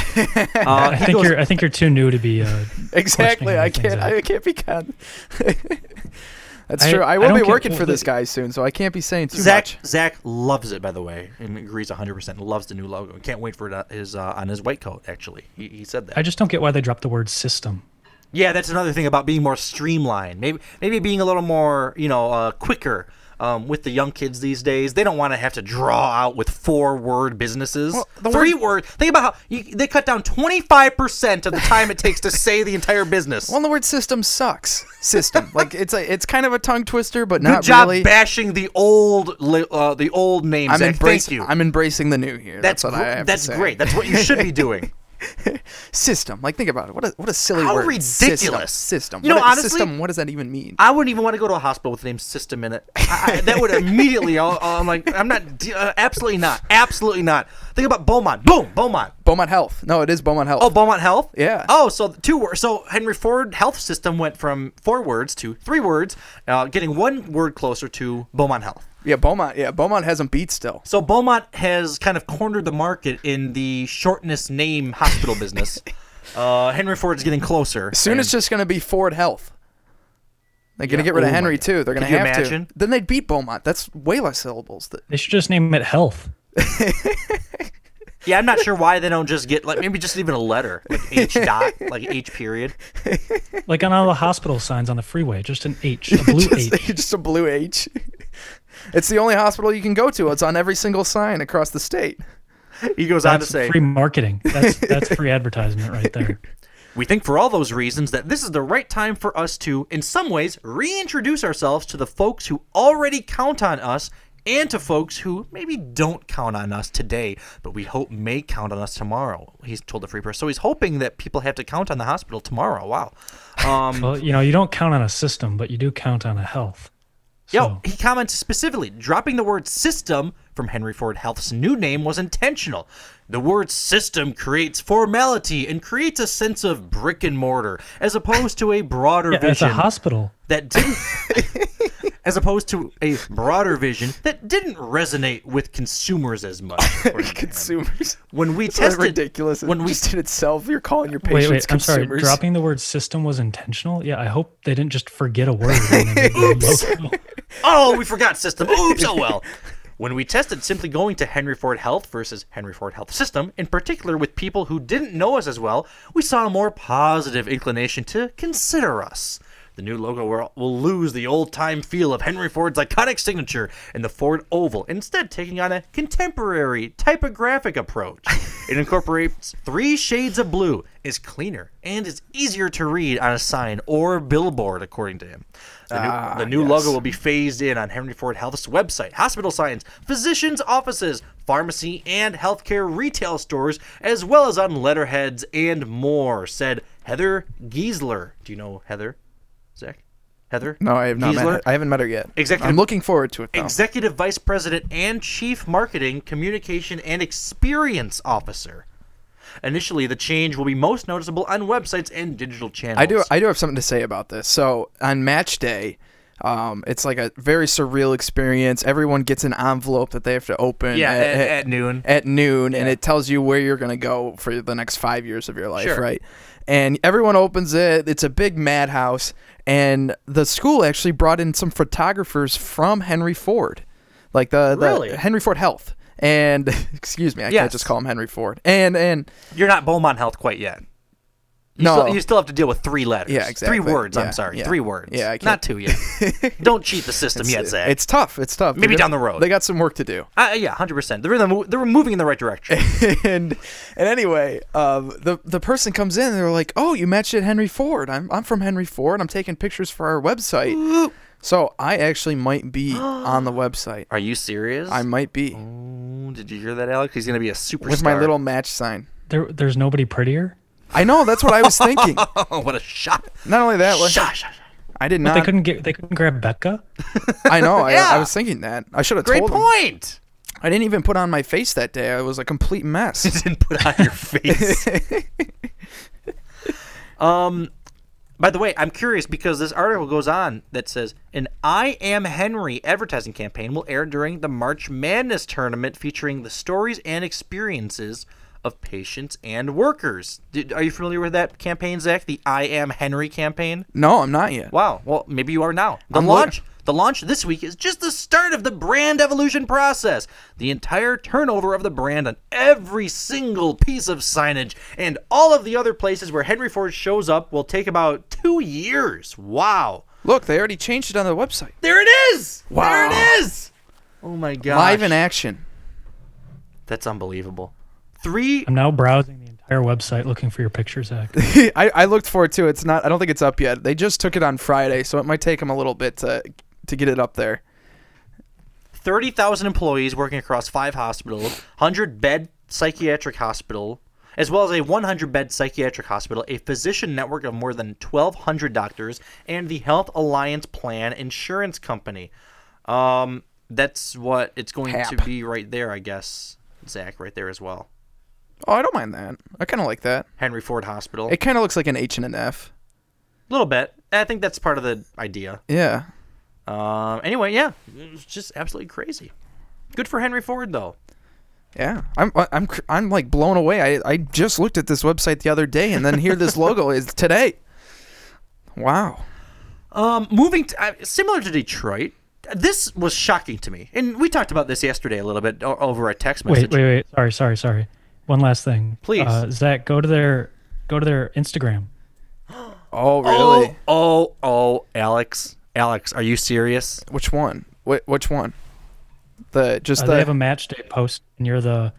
Speaker 3: I
Speaker 1: he
Speaker 3: think
Speaker 1: goes,
Speaker 3: you're. I think you're too new to be. Uh,
Speaker 2: [LAUGHS] Exactly.
Speaker 3: questioning
Speaker 2: I
Speaker 3: these things
Speaker 2: can't.
Speaker 3: out.
Speaker 2: I can't be con. [LAUGHS] That's
Speaker 3: I-
Speaker 2: true. I
Speaker 3: I
Speaker 2: will
Speaker 3: don't
Speaker 2: be
Speaker 3: get-
Speaker 2: working
Speaker 3: well,
Speaker 2: for this
Speaker 3: the-
Speaker 2: guy soon, so I can't be saying too
Speaker 1: Zach.
Speaker 2: much.
Speaker 1: Zach loves it, by the way, and agrees 100. percent Loves the new logo. Can't wait for it on his uh, on his white coat. Actually, he, he said that.
Speaker 3: I just don't get why they dropped the word system.
Speaker 1: yeah, that's another thing about being more streamlined. Maybe maybe being a little more you know uh, quicker. Um, with the young kids these days, they don't want to have to draw out with four word businesses.
Speaker 2: the
Speaker 1: Three word. Think about how you, they cut down 25% of the time it takes to say the entire business.
Speaker 2: Well, the word system sucks.
Speaker 1: [LAUGHS]
Speaker 2: System. like it's a it's kind of a tongue twister, but
Speaker 1: Good
Speaker 2: not
Speaker 1: job
Speaker 2: really.
Speaker 1: bashing the old li- uh, the old name,
Speaker 2: I'm
Speaker 1: Zach. Thank
Speaker 2: embracing.
Speaker 1: you.
Speaker 2: I'm embracing the new here. That's, what
Speaker 1: gr-
Speaker 2: I have
Speaker 1: That's
Speaker 2: to say.
Speaker 1: great. That's what you should be doing.
Speaker 2: system. Like think about it. What a what a silly
Speaker 1: How
Speaker 2: word.
Speaker 1: ridiculous.
Speaker 2: System. system.
Speaker 1: You know,
Speaker 2: What a-
Speaker 1: honestly-
Speaker 2: system. What does that even mean?
Speaker 1: [LAUGHS] I wouldn't even want to go to a hospital with the name System in it. I, I, that would immediately. I'll, I'm like, I'm not. de- Uh, absolutely not. Absolutely not. Think about Beaumont. Boom, Beaumont.
Speaker 2: Beaumont Health. No, it is Beaumont Health.
Speaker 1: Oh, Beaumont Health.
Speaker 2: Yeah.
Speaker 1: Oh, so two words. So Henry Ford Health System went from four words to three words, uh, getting one word closer to Beaumont Health.
Speaker 2: yeah, Beaumont. Yeah, Beaumont has them beat still.
Speaker 1: So Beaumont has kind of cornered the market in the shortness name hospital [LAUGHS] business. Uh, Henry Ford's getting closer.
Speaker 2: Soon
Speaker 1: and-
Speaker 2: it's just going to be Ford Health. They're going to get rid
Speaker 1: oh
Speaker 2: of
Speaker 1: my
Speaker 2: Henry
Speaker 1: God.
Speaker 2: too. They're going
Speaker 1: Could you
Speaker 2: to have
Speaker 1: imagine?
Speaker 2: to. Then they'd beat Beaumont. That's way less syllables. Th-
Speaker 3: They should just name it health.
Speaker 1: Yeah, I'm not sure why they don't just get like maybe just even a letter like
Speaker 3: [LAUGHS]
Speaker 1: H dot like H period.
Speaker 3: Like on all the hospital signs on the freeway, just an
Speaker 2: [LAUGHS]
Speaker 3: H, a blue
Speaker 2: [LAUGHS] just,
Speaker 3: H.
Speaker 2: just a blue H. [LAUGHS] it's the only hospital you can go to. It's on every single sign across the state.
Speaker 1: He goes on to
Speaker 3: That's
Speaker 1: say,
Speaker 3: free marketing. That's
Speaker 2: [LAUGHS]
Speaker 3: that's free advertisement right there.
Speaker 1: "We think for all those reasons that this is the right time for us to, in some ways, reintroduce ourselves to the folks who already count on us." And to folks who maybe don't count on us today, but we hope may count on us tomorrow. He's told the free press. So he's hoping that people have to count on the hospital tomorrow. Wow. Um,
Speaker 3: Well, you know, you don't count on a system, but you do count on a health.
Speaker 1: Yo, he comments specifically dropping the word system from Henry Ford Health's new name was intentional. The word system creates formality and creates a sense of brick and mortar, as opposed to a broader
Speaker 3: [LAUGHS] Yeah, it's a
Speaker 1: vision
Speaker 3: hospital.
Speaker 1: that didn't. [LAUGHS] As opposed to a broader vision that didn't resonate with consumers as much. according to him.
Speaker 2: [LAUGHS] Consumers.
Speaker 1: when we
Speaker 2: [LAUGHS] That's
Speaker 1: tested
Speaker 2: ridiculous.
Speaker 1: when we
Speaker 2: just in itself, you're calling your patients
Speaker 3: Wait, wait. I'm sorry.
Speaker 2: consumers.
Speaker 3: Dropping the word system was intentional. Yeah, I hope they didn't just forget a word. when they made
Speaker 2: [LAUGHS]
Speaker 3: the logo.
Speaker 1: Oh, we forgot system. Oops, oh well. When we tested simply going to Henry Ford Health versus Henry Ford Health System, in particular with people who didn't know us as well, we saw a more positive inclination to consider us. The new logo will- will lose the old time feel of Henry Ford's iconic signature and the Ford Oval, instead, taking on a contemporary typographic approach. It incorporates three shades of blue, is cleaner, and is easier to read on a sign or billboard, according to him. The new,
Speaker 2: Ah,
Speaker 1: the new logo will be phased in on Henry Ford Health's website, hospital signs, physicians' offices, pharmacy, and healthcare retail stores, as well as on letterheads and more, said Heather Giesler. Do you know Heather, Zach? Heather?
Speaker 2: No, I have not met
Speaker 1: Giesler?
Speaker 2: her. I haven't met her yet.
Speaker 1: Executive-
Speaker 2: I'm looking forward to it though.
Speaker 1: Executive Vice President and Chief Marketing, Communication, and Experience Officer. Initially, the change will be most noticeable on websites and digital channels.
Speaker 2: I do. I do have something to say about this. So on match day, um, it's like a very surreal experience. Everyone gets an envelope that they have to open.
Speaker 1: Yeah, at- at noon.
Speaker 2: At noon, and it tells you where you're gonna go for the next five years of your life,
Speaker 1: Sure.
Speaker 2: right? And everyone opens it. It's a big madhouse, and the school actually brought in some photographers from Henry Ford, like the, the
Speaker 1: Really?
Speaker 2: Henry Ford Health. And [LAUGHS] excuse me, I
Speaker 1: Yes.
Speaker 2: can't just call him Henry Ford. And and
Speaker 1: You're not Beaumont Health quite yet. You
Speaker 2: No.
Speaker 1: still, you still have to deal with three letters.
Speaker 2: Yeah, exactly.
Speaker 1: Three words.
Speaker 2: Yeah,
Speaker 1: I'm sorry,
Speaker 2: yeah.
Speaker 1: three words.
Speaker 2: Yeah, I can't-
Speaker 1: not
Speaker 2: [LAUGHS]
Speaker 1: two yet. Don't cheat the system yet,
Speaker 2: it's,
Speaker 1: Zach.
Speaker 2: it's tough. It's tough.
Speaker 1: Maybe
Speaker 2: They're
Speaker 1: down
Speaker 2: gonna-
Speaker 1: the road.
Speaker 2: They got some work to do.
Speaker 1: Uh, yeah, hundred percent. They're in the mo- they're moving in the right
Speaker 2: [LAUGHS]
Speaker 1: direction.
Speaker 2: and and anyway, um, the the person comes in and they're like, "Oh, you matched at Henry Ford. I'm I'm from Henry Ford. I'm taking pictures for our website." so I actually
Speaker 1: [GASPS]
Speaker 2: might be on the website.
Speaker 1: Are you serious?
Speaker 2: I might be
Speaker 3: Oh.
Speaker 1: Ooh, Did you hear that, Alex? He's gonna be a superstar.
Speaker 2: with my little match sign.
Speaker 3: There, there's nobody prettier.
Speaker 2: I know that's what I
Speaker 1: [LAUGHS]
Speaker 2: was thinking.
Speaker 1: [LAUGHS] Oh, what a shot!
Speaker 2: Not only that, like,
Speaker 1: Shot, shot, shot.
Speaker 2: I did
Speaker 3: But they
Speaker 2: not.
Speaker 3: couldn't get. They couldn't grab Becca.
Speaker 2: I know. I,
Speaker 1: Yeah.
Speaker 2: I was thinking that. I should have
Speaker 1: Great
Speaker 2: told 'em.
Speaker 1: point.
Speaker 2: I didn't even put on my face that day. I was a
Speaker 1: [LAUGHS]
Speaker 2: complete mess.
Speaker 1: didn't put on your face. um, [LAUGHS] by the way, I'm curious because this article goes on that says an "I Am Henry" advertising campaign will air during the March Madness tournament, featuring the stories and experiences of patients and workers. Did, are you familiar with that campaign, Zach? The "I Am Henry" campaign.
Speaker 2: no, I'm not yet.
Speaker 1: Wow. Well, maybe you are now. The
Speaker 2: I'm look-
Speaker 1: launch. the launch this week is just the start of the brand evolution process. The entire turnover of the brand on every single piece of signage and all of the other places where Henry Ford shows up will take about two years. Wow.
Speaker 2: Look, they already changed it on the website.
Speaker 1: There it is. Wow. There it is. Oh my gosh.
Speaker 2: Live in action.
Speaker 1: That's unbelievable. Three.
Speaker 3: I'm now browsing the entire website looking for your
Speaker 2: [LAUGHS]
Speaker 3: picture, Zach.
Speaker 2: I, I looked for it too. It's not. I don't think it's up yet. They just took it on Friday, so it might take them a little bit to to get it up there.
Speaker 1: 30,000 employees working across five hospitals, 100 bed psychiatric hospital, as well as a 100 bed psychiatric hospital, a physician network of more than 1,200 doctors, and the Health Alliance Plan Insurance Company. Um, that's what it's going to
Speaker 2: Hap.
Speaker 1: be right there, I guess, Zach, right there as well.
Speaker 2: Oh, I don't mind that. I kind of like that.
Speaker 1: Henry Ford Hospital.
Speaker 2: It
Speaker 1: A
Speaker 2: kind of looks like an H and an F.
Speaker 1: little bit. I think that's part of the idea.
Speaker 2: Yeah.
Speaker 1: Um, anyway, yeah, it's just absolutely crazy. Good for Henry Ford, though.
Speaker 2: Yeah. I'm I- I'm cr- I'm like blown away. I I just looked at this website the other day, and then here this
Speaker 1: [LAUGHS]
Speaker 2: logo is today. Wow.
Speaker 1: Um, moving to, uh, similar to Detroit, this was shocking to me, and we talked about this yesterday a little bit o- over a text
Speaker 3: wait,
Speaker 1: message.
Speaker 3: wait, wait. Sorry, sorry, sorry. One last thing,
Speaker 1: Please.
Speaker 3: uh, Zach. Go to their go to their Instagram.
Speaker 2: Oh
Speaker 1: Oh,
Speaker 2: really?
Speaker 1: oh, oh, Alex, Alex, are you serious?
Speaker 2: Which one? Wh- which one? The just
Speaker 3: Uh,
Speaker 2: the
Speaker 3: they have a match day post, and you're the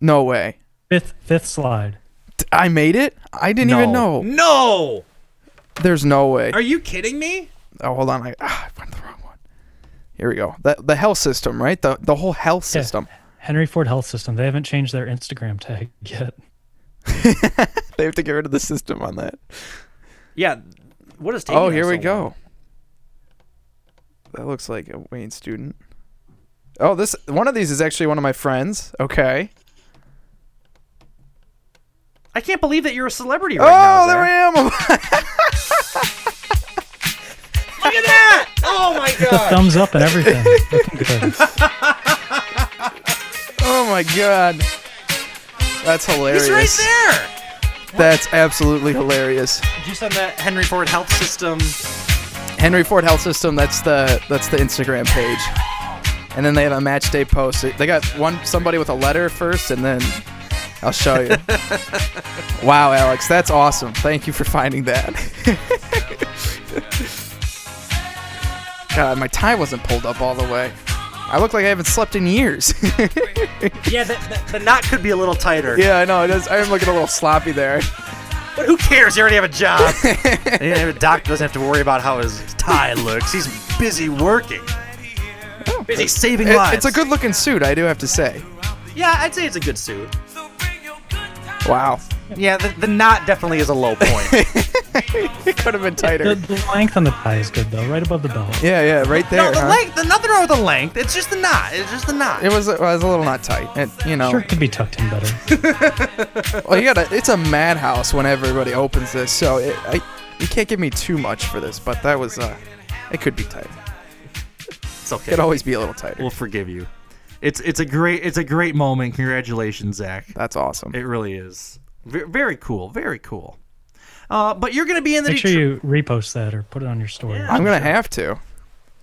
Speaker 2: no way.
Speaker 3: fifth fifth slide.
Speaker 2: T- I made it. I didn't even know.
Speaker 1: Oh. No,
Speaker 2: There's no way.
Speaker 1: are you kidding me?
Speaker 2: Oh, hold on. I, ah, I went the wrong one. Here we go. The, the health system, right? The the whole health
Speaker 3: Yeah.
Speaker 2: system. [LAUGHS]
Speaker 3: Henry Ford Health System. They haven't changed their Instagram tag [LAUGHS] yet.
Speaker 2: They have to get rid of the system on that.
Speaker 1: Yeah, what is taking?
Speaker 2: Oh,
Speaker 1: them
Speaker 2: here
Speaker 1: so
Speaker 2: we
Speaker 1: long?
Speaker 2: go. That looks like a Wayne student. Oh, this one of these is actually one of my friends. Okay.
Speaker 1: I can't believe that you're a celebrity right now.
Speaker 2: Oh, there
Speaker 1: Zach.
Speaker 2: I am. [LAUGHS]
Speaker 1: Look at that! Oh my god!
Speaker 3: Thumbs up and
Speaker 2: [LAUGHS]
Speaker 3: everything. Looking good.
Speaker 2: oh my god. That's hilarious.
Speaker 1: He's right there.
Speaker 2: That's absolutely hilarious.
Speaker 1: Did you send that Henry Ford Health System?
Speaker 2: Henry Ford Health System. That's the that's the Instagram page. And then they have a match day post. They got one somebody with a letter first, and then I'll show [LAUGHS] you. wow, Alex, that's awesome. Thank you for finding that. [LAUGHS] God, my tie wasn't pulled up all the way. I look like I haven't slept in years. [LAUGHS]
Speaker 1: Yeah, the, the, the knot could be a little tighter.
Speaker 2: yeah, I know. It is. I am looking a little sloppy there.
Speaker 1: But who cares? You already have a
Speaker 2: [LAUGHS]
Speaker 1: job. and the doctor doesn't have to worry about how his tie looks. He's busy working. Busy saving
Speaker 2: Oh. It-
Speaker 1: lives.
Speaker 2: it's a good looking suit, I do have to say.
Speaker 1: Yeah, I'd say it's a good suit.
Speaker 2: Wow. [LAUGHS]
Speaker 1: Yeah, the, the knot definitely is a low point.
Speaker 2: It could have been
Speaker 3: The,
Speaker 2: tighter.
Speaker 3: the length on the tie is good though, right above the belt.
Speaker 2: Yeah, yeah, right there.
Speaker 1: no, the
Speaker 2: huh?
Speaker 1: length. There's nothing wrong with the length. It's just the knot. It's just the knot.
Speaker 2: It was, it was a little not tight. It, you know,
Speaker 3: Sure, it could be tucked in better.
Speaker 2: well, you gotta, it's a madhouse when everybody opens this, so it, I, you can't give me too much for this, but that was, uh, it could be tight.
Speaker 1: It's okay.
Speaker 2: Could always be a little tighter.
Speaker 1: We'll forgive you. It's it's a great it's a great moment. Congratulations, Zach.
Speaker 2: That's awesome.
Speaker 1: It really is. Ve- very cool. Very cool. Uh, but you're gonna be in the
Speaker 3: Make sure
Speaker 1: Detroit.
Speaker 3: you repost that or put it on your story.
Speaker 1: Yeah. [LAUGHS]
Speaker 2: I'm gonna have to.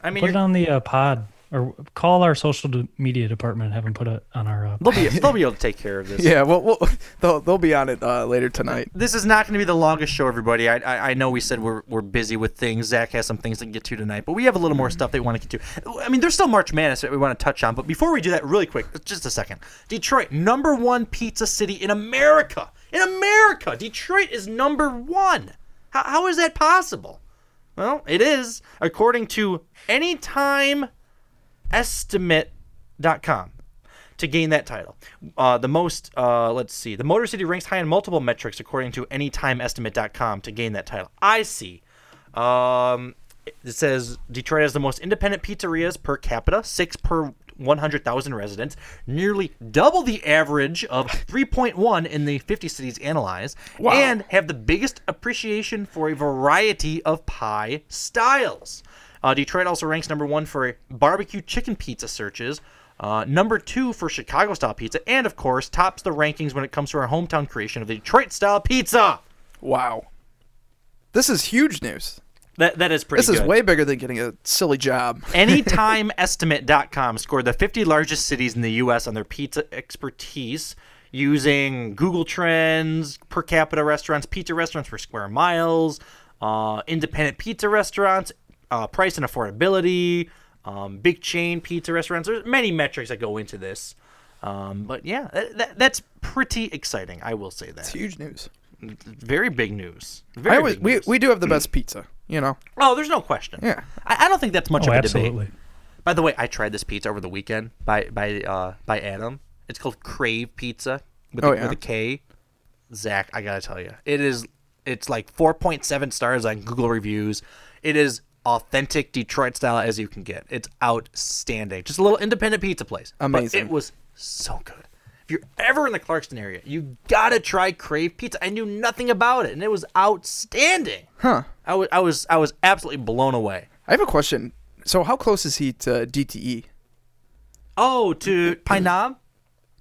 Speaker 1: I mean,
Speaker 3: Put
Speaker 1: you're,
Speaker 3: it on the uh, pod or call our social de- media department and have them put it on our. Uh,
Speaker 1: they'll be they'll be able to take care of
Speaker 2: [LAUGHS]
Speaker 1: this.
Speaker 2: Yeah, well, we'll they'll, they'll be on it uh, later tonight.
Speaker 1: This is not going to be the longest show, everybody. I, I I know we said we're we're busy with things. Zach has some things to get to tonight, but we have a little more stuff that we want to get to. I mean, there's still March Madness that we want to touch on, but before we do that, really quick, just a second. Detroit, number one pizza city in America. In America, Detroit is number one. How, how is that possible? Well, it is according to anytimeestimate.com to gain that title. Uh, the most, uh, let's see, the Motor City ranks high in multiple metrics according to AnytimeEstimate.com to gain that title. I see. Um, it says Detroit has the most independent pizzerias per capita, six per 100,000 residents, nearly double the average of 3.1 in the 50 cities analyzed, and have the biggest appreciation for a variety of pie styles. Uh, Detroit also ranks number one for barbecue chicken pizza searches, uh, number two for Chicago style pizza, and of course, tops the rankings when it comes to our hometown creation of the Detroit style pizza.
Speaker 2: Wow. This is huge news.
Speaker 1: That, that is pretty
Speaker 2: This is
Speaker 1: good.
Speaker 2: way bigger than getting a silly job.
Speaker 1: AnytimeEstimate.com scored the 50 largest cities in the U.S. on their pizza expertise using Google Trends, per capita restaurants, pizza restaurants for square miles, uh, independent pizza restaurants, uh, price and affordability, um, big chain pizza restaurants. There's many metrics that go into this. Um, but yeah, that, that, that's pretty exciting. I will say that.
Speaker 2: Huge news.
Speaker 1: Very big news. Very
Speaker 2: I always,
Speaker 1: big
Speaker 2: we,
Speaker 1: news. Mm.
Speaker 2: we do have the best pizza, you know.
Speaker 1: oh, there's no question.
Speaker 2: Yeah.
Speaker 1: I, I don't think that's much
Speaker 3: oh,
Speaker 1: of a debate. Uh,
Speaker 3: absolutely.
Speaker 1: By the way, I tried this pizza over the weekend by by uh, by Adam. It's called Crave Pizza with,
Speaker 2: Oh,
Speaker 1: a,
Speaker 2: yeah.
Speaker 1: with a K. Zach, I gotta tell you, it is it's like 4.7 stars on Google reviews. It is authentic Detroit style as you can get. It's outstanding. Just a little independent pizza place. But
Speaker 2: Amazing.
Speaker 1: it was so good. If you're ever in the Clarkston area, you gotta try Crave Pizza. I knew nothing about it, and it was outstanding. Huh? I wa- I was I was absolutely blown away.
Speaker 2: I have a question. So, how close is he to E? DTE?
Speaker 1: Oh, to Pine Knob.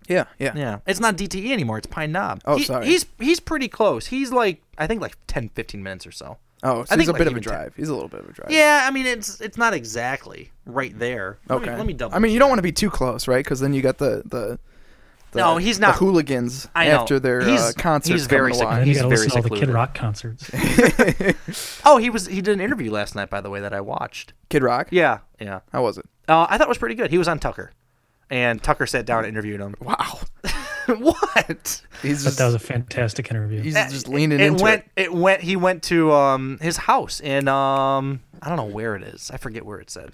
Speaker 2: Yeah, yeah.
Speaker 1: Yeah, it's not DTE anymore. It's Pine Knob.
Speaker 2: Oh,
Speaker 1: He-
Speaker 2: sorry.
Speaker 1: He's he's pretty close. He's like I think like 10, 15 minutes or so.
Speaker 2: Oh, so
Speaker 1: I
Speaker 2: he's
Speaker 1: think
Speaker 2: a
Speaker 1: like
Speaker 2: bit of a
Speaker 1: even ten-
Speaker 2: drive. He's a little bit of a drive.
Speaker 1: Yeah, I mean it's it's not exactly right there. Let me-
Speaker 2: Okay.
Speaker 1: Let me, double.
Speaker 2: I mean, you don't want to be too close, right? Because then you got the the, the
Speaker 1: No, he's
Speaker 2: the
Speaker 1: not-
Speaker 2: hooligans
Speaker 1: I know.
Speaker 2: after their
Speaker 1: He's-
Speaker 2: uh, concert.
Speaker 1: he's very
Speaker 3: And
Speaker 1: significant.
Speaker 2: alive.
Speaker 3: you
Speaker 1: He's
Speaker 3: got to
Speaker 1: very
Speaker 3: listen to all the Kid
Speaker 1: secluded.
Speaker 3: Rock
Speaker 1: [LAUGHS]
Speaker 3: concerts.
Speaker 1: oh, he was he did an interview last night by the way that I watched.
Speaker 2: Kid Rock.
Speaker 1: Yeah, yeah.
Speaker 2: How was it?
Speaker 1: Uh, I thought it was pretty good. He was on Tucker, and Tucker sat down and interviewed
Speaker 2: [LAUGHS]
Speaker 1: him.
Speaker 2: Wow.
Speaker 1: what?
Speaker 2: He's
Speaker 3: but
Speaker 2: just,
Speaker 3: that was a fantastic interview.
Speaker 2: he's just leaning
Speaker 1: it
Speaker 2: into
Speaker 1: went
Speaker 2: it.
Speaker 1: it went he went to um his house in um I don't know where it is. I forget where it said.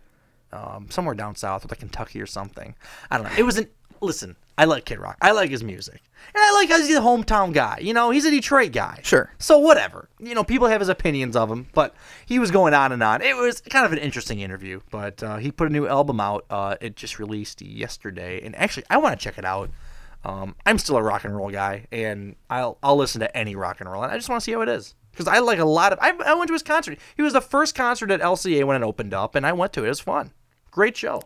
Speaker 1: Um somewhere down south like Kentucky or something. I don't know. It was an listen, I like Kid Rock. I like his music. And I like how he's a hometown guy. You know, he's a Detroit guy.
Speaker 2: Sure.
Speaker 1: So whatever. You know, people have his opinions of him, but he was going on and on. It was kind of an interesting interview, but uh, he put a new album out. Uh, it just released yesterday, and actually, I want to check it out. Um, I'm still a rock and roll guy, and I'll I'll listen to any rock and roll, and I just want to see how it is because I like a lot of. I, I went to his concert. He was the first concert at LCA when it opened up, and I went to it. It was fun, great show.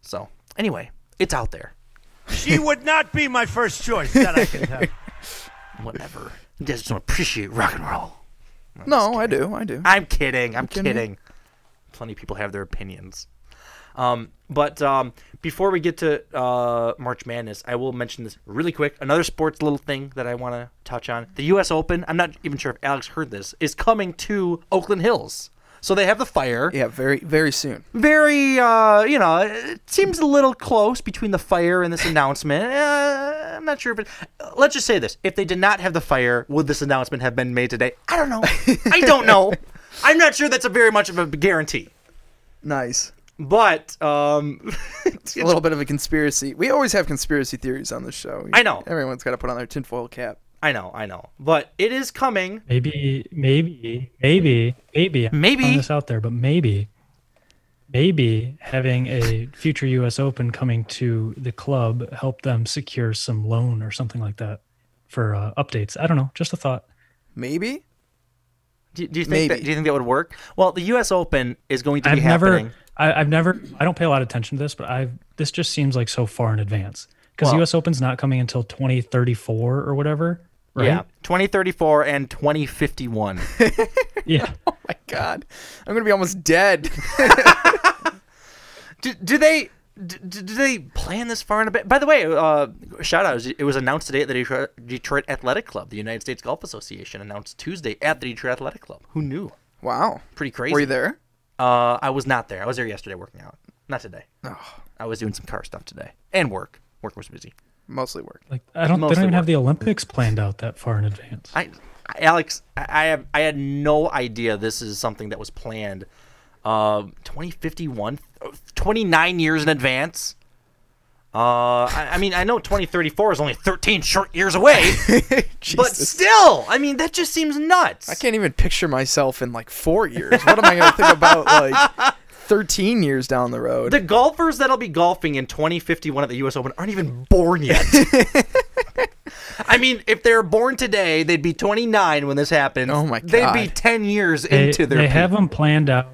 Speaker 1: So anyway, it's out there.
Speaker 5: She would not be my first choice, that I can tell.
Speaker 1: Whatever. You guys don't appreciate rock and roll. [LAUGHS]
Speaker 2: No, I do. I do.
Speaker 1: I'm kidding. I'm
Speaker 2: kidding me?
Speaker 1: kidding. Plenty of people have their opinions. Um, but um, before we get to uh, March Madness, I will mention this really quick. Another sports little thing that I want to touch on: the U.S. Open. I'm not even sure if Alex heard this. Is coming to Oakland Hills. So they have the fire.
Speaker 2: Yeah, very very soon.
Speaker 1: Very, uh, you know, it seems a little close between the fire and this announcement. Uh, I'm not sure, but let's just say this: if they did not have the fire, would this announcement have been made today? I don't know. I don't know. I'm not sure that's a very much of a guarantee.
Speaker 2: Nice.
Speaker 1: But um, [LAUGHS]
Speaker 2: It's a little bit of a conspiracy. We always have conspiracy theories on this show.
Speaker 1: I know.
Speaker 2: Everyone's got to put on their tinfoil cap.
Speaker 1: I know, I know, but it is coming.
Speaker 3: Maybe, maybe, maybe, maybe. I'm
Speaker 1: Maybe.
Speaker 3: throwing this out there, but maybe, maybe having a future U.S. Open coming to the club help them secure some loan or something like that for uh, updates. I don't know. Just a thought.
Speaker 2: Maybe.
Speaker 1: Do, do you think?
Speaker 2: Maybe.
Speaker 1: That, do you think that would work? Well, the U.S. Open is going to be
Speaker 3: I've
Speaker 1: happening.
Speaker 3: never, I, I've never, I don't pay a lot of attention to this, but I've this just seems like so far in advance because
Speaker 1: Well-
Speaker 3: U.S. Open's not coming until 2034 or whatever. Right?
Speaker 1: Yeah, 2034 and 2051.
Speaker 3: [LAUGHS] Yeah.
Speaker 2: My God, I'm gonna be almost dead. [LAUGHS]
Speaker 1: do, do they? Do, do they plan this far in a bit? By the way, uh, shout out! It was announced today at the Detroit, Detroit Athletic Club. The United States Golf Association announced Tuesday at the Detroit Athletic Club. Who knew?
Speaker 2: wow.
Speaker 1: Pretty crazy.
Speaker 2: Were you there?
Speaker 1: Uh, I was not there. I was there yesterday working out. Not today. I was doing some car stuff today and work. Work was busy.
Speaker 2: Mostly work.
Speaker 3: Like I don't,
Speaker 1: Mostly
Speaker 3: they don't even
Speaker 1: work.
Speaker 3: have the Olympics planned out that far in advance.
Speaker 1: I, I- Alex, I, I have I had no idea this is something that was planned. Um, 2051, 29 years in advance. Uh, I, I mean, I know 2034 is only 13 short years away, but
Speaker 2: [LAUGHS] Jesus.
Speaker 1: still, I mean, that just seems nuts.
Speaker 2: I can't even picture myself in like four years. What am I gonna think about [LAUGHS] like 13 years down the road?
Speaker 1: The golfers that'll be golfing in 2051 at the U.S. Open aren't even born
Speaker 2: [LAUGHS]
Speaker 1: yet. I mean, if they're born today, they'd be 29 when this happened.
Speaker 2: Oh my
Speaker 1: They'd be
Speaker 2: God.
Speaker 1: 10 years
Speaker 3: they,
Speaker 1: into their.
Speaker 3: they
Speaker 1: peak.
Speaker 3: have them planned out.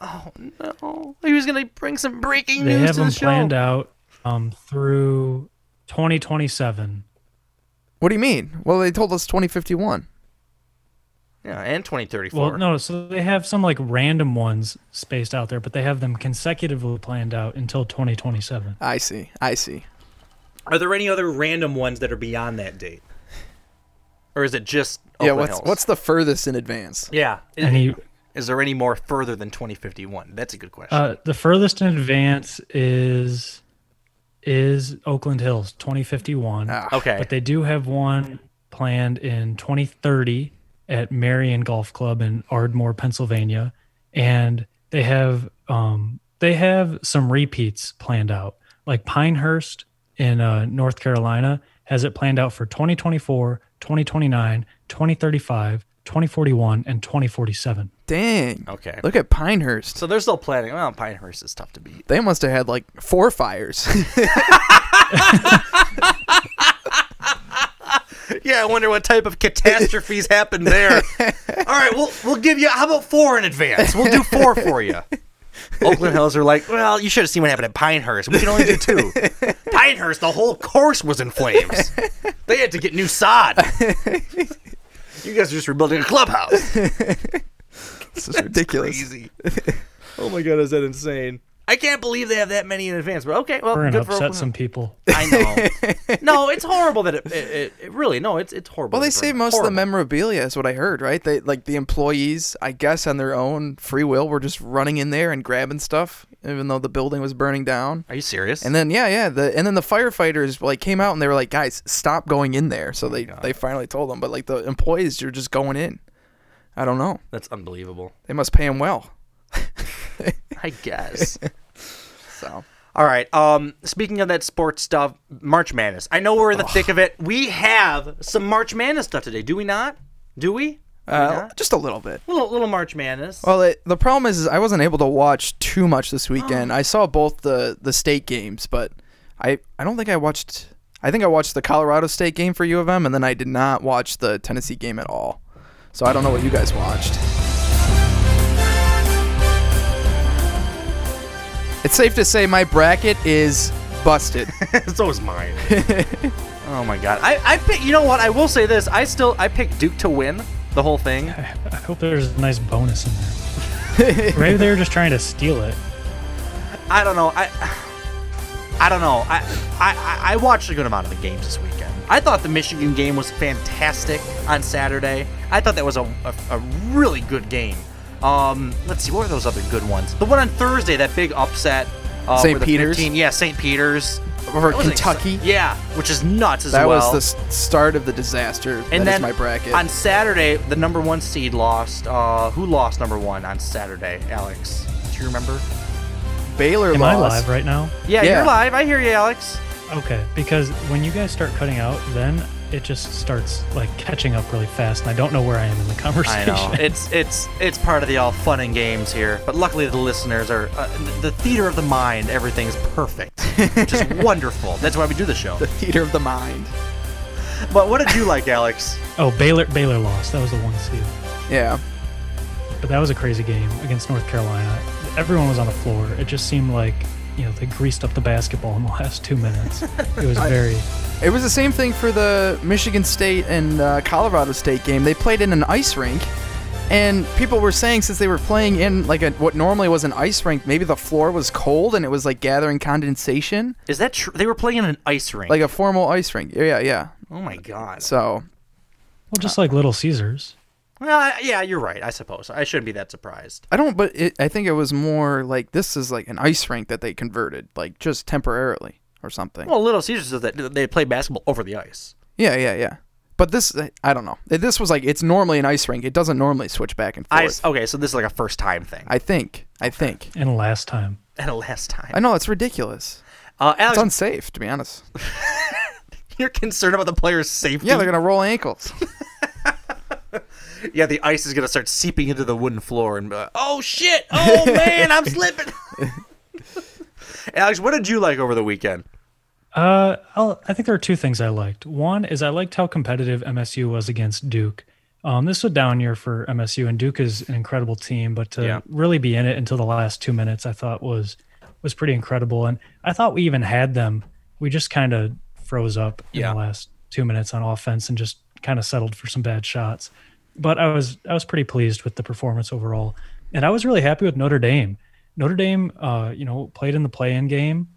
Speaker 1: Oh, he was gonna bring some breaking
Speaker 3: They
Speaker 1: news
Speaker 3: have
Speaker 1: to the
Speaker 3: them
Speaker 1: show.
Speaker 3: planned out um, through 2027.
Speaker 2: What do you mean? Well, they told us 2051.
Speaker 1: Yeah, and 2034.
Speaker 3: Well, no, so they have some like random ones spaced out there, but they have them consecutively planned out until 2027.
Speaker 2: I see. I see.
Speaker 1: Are there any other random ones that are beyond that date, or is it just?
Speaker 2: yeah.
Speaker 1: Oakland
Speaker 2: What's
Speaker 1: Hills?
Speaker 2: what's the furthest in advance?
Speaker 1: Yeah. Is,
Speaker 3: Any
Speaker 1: is there any more further than 2051? That's a good question.
Speaker 3: uh, the furthest in advance is is Oakland Hills 2051.
Speaker 1: Ah, okay.
Speaker 3: But they do have one planned in 2030 at Marion Golf Club in Ardmore, Pennsylvania, and they have um, they have some repeats planned out. Like Pinehurst in uh, North Carolina has it planned out for 2024, 2029, 2035, 2041, and 2047.
Speaker 2: Dang.
Speaker 1: Okay.
Speaker 2: Look at Pinehurst.
Speaker 1: so they're still planning. Well, Pinehurst is tough to beat.
Speaker 2: They must have had like four [LAUGHS] fires.
Speaker 1: Yeah, I wonder what type of catastrophes happened
Speaker 2: [LAUGHS]
Speaker 1: there. All right, we'll we'll give you how about four in advance? We'll do four for
Speaker 2: [LAUGHS]
Speaker 1: you. Oakland Hills are like, well, you should have seen what happened at Pinehurst. We can only do
Speaker 2: [LAUGHS]
Speaker 1: two. Pinehurst, the whole course was in flames. They had to get new sod. You guys are just rebuilding a clubhouse.
Speaker 2: this is ridiculous.
Speaker 1: Easy. Oh my god, is that insane? I can't believe they have that many in advance. But okay, well,
Speaker 3: We're gonna
Speaker 1: good for
Speaker 3: upset
Speaker 1: Oakland.
Speaker 3: some people.
Speaker 1: I know. No, it's horrible that it. It, it, it really no, it's it's horrible.
Speaker 2: Well, they
Speaker 1: that
Speaker 2: saved
Speaker 1: Burma-
Speaker 2: most of the
Speaker 1: horrible.
Speaker 2: memorabilia, is what I heard, right? They like the employees, I guess, on their own free will, were just running in there and grabbing stuff, even though the building was burning down.
Speaker 1: Are you serious?
Speaker 2: And then yeah, yeah, the and then the firefighters like came out and they were like, guys, stop going in there. So they they finally told them, but like the employees, you're just going in. I don't know.
Speaker 1: That's unbelievable.
Speaker 2: They must pay them well.
Speaker 1: I [LAUGHS] guess.
Speaker 2: So
Speaker 1: All right. Um, speaking of that sports stuff, March Madness. I know we're in the thick of it. We have some March Madness stuff today, do we not? Do we?
Speaker 2: uh, just a little bit.
Speaker 1: Little little March Madness.
Speaker 2: Well, it, the problem is, is I wasn't able to watch too much this weekend. I saw both the the state games, but I I don't think I watched. I think I watched the Colorado State game for U of M, and then I did not watch the Tennessee game at all. So I don't know what you guys watched. It's safe to say my bracket is [LAUGHS] busted.
Speaker 1: [LAUGHS] so is mine. oh my god. I I pick, you know what? I will say this. I still I picked Duke to win the whole thing.
Speaker 3: I hope there's a nice bonus in there. [LAUGHS] Maybe they were just trying to steal it.
Speaker 1: I don't know. I I don't know. I I I- I watched a good amount of the games this weekend. I thought the Michigan game was fantastic on Saturday. I thought that was a, a, a really good game. Um, let's see, what were those other good ones? The one on Thursday, that big upset. Uh,
Speaker 2: St.
Speaker 1: where the
Speaker 2: Peter's?
Speaker 1: 15 yeah, St. Peter's.
Speaker 2: Over
Speaker 1: That was ex-
Speaker 2: Kentucky?
Speaker 1: yeah, which is nuts as
Speaker 2: That
Speaker 1: well.
Speaker 2: was the s- start of the disaster. that is
Speaker 1: and then
Speaker 2: my bracket.
Speaker 1: on Saturday, the number one seed lost. Uh, who lost number one on Saturday, Alex? Do you remember?
Speaker 2: Baylor
Speaker 3: Am I
Speaker 2: lost.
Speaker 3: live right now?
Speaker 1: Yeah,
Speaker 2: Yeah.
Speaker 1: you're live. I hear you, Alex.
Speaker 3: Okay, because when you guys start cutting out, then it just starts like catching up really fast, and I don't know where I am in the
Speaker 1: I
Speaker 3: [LAUGHS] conversation.
Speaker 1: know it's it's it's part of the all fun and games here, but luckily the listeners are uh, the theater of the mind. Everything's perfect, which is wonderful. That's why we do the show.
Speaker 2: The theater of the mind.
Speaker 1: But what did you like, Alex?
Speaker 3: oh, Baylor Baylor lost. That was the one seed,
Speaker 2: Yeah.
Speaker 3: but that was a crazy game against North Carolina. Everyone was on the floor. It just seemed like you know they greased up the basketball in the [LAUGHS] last two minutes.
Speaker 1: [LAUGHS]
Speaker 3: It was very
Speaker 2: It was the same thing for the Michigan State and uh, Colorado State game. They played in an ice rink, and people were saying since they were playing in like a, what normally was an ice rink, maybe the floor was cold and it was like gathering condensation,
Speaker 1: Is that true? They were playing in an ice rink.
Speaker 2: like a formal ice rink. Yeah, yeah.
Speaker 1: oh my god.
Speaker 2: So
Speaker 3: well, just like Little Caesars.
Speaker 1: Well, I- yeah, you're right. I suppose I shouldn't be that surprised.
Speaker 2: I don't, but it, I think it was more like this is like an ice rink that they converted, like just temporarily or something.
Speaker 1: Well, Little Caesars does that they play basketball over the ice.
Speaker 2: yeah, yeah, yeah. But this, I don't know. This was like it's normally an ice rink. It doesn't normally switch back and
Speaker 1: I oh.
Speaker 2: forth.
Speaker 1: okay, so this is like a first time thing [LAUGHS]
Speaker 2: I think. I think.
Speaker 3: And last time,
Speaker 1: and a last time.
Speaker 2: I know it's ridiculous.
Speaker 1: Uh, Alex,
Speaker 2: It's unsafe, to be honest.
Speaker 1: [LAUGHS] you're concerned about the player's safety.
Speaker 2: Yeah, they're gonna
Speaker 1: [LAUGHS]
Speaker 2: roll ankles.
Speaker 1: yeah, the ice is gonna start seeping into the wooden floor, and be like, oh shit, oh man,
Speaker 3: [LAUGHS]
Speaker 1: I'm slipping. Alex, what did you like over the weekend?
Speaker 3: Uh, I'll, I think there are two things I liked. One is I liked how competitive MSU was against Duke. Um, this was a down year for MSU, and Duke is an incredible team. But to
Speaker 1: Yeah.
Speaker 3: really be in it until the last two minutes, I thought was was pretty incredible. And I thought we even had them. We just kind of froze up in
Speaker 1: Yeah.
Speaker 3: the last two minutes on offense and just kind of settled for some bad shots. But I was I was pretty pleased with the performance overall, and I was really happy with Notre Dame. Notre Dame, uh, you know, played in the play-in game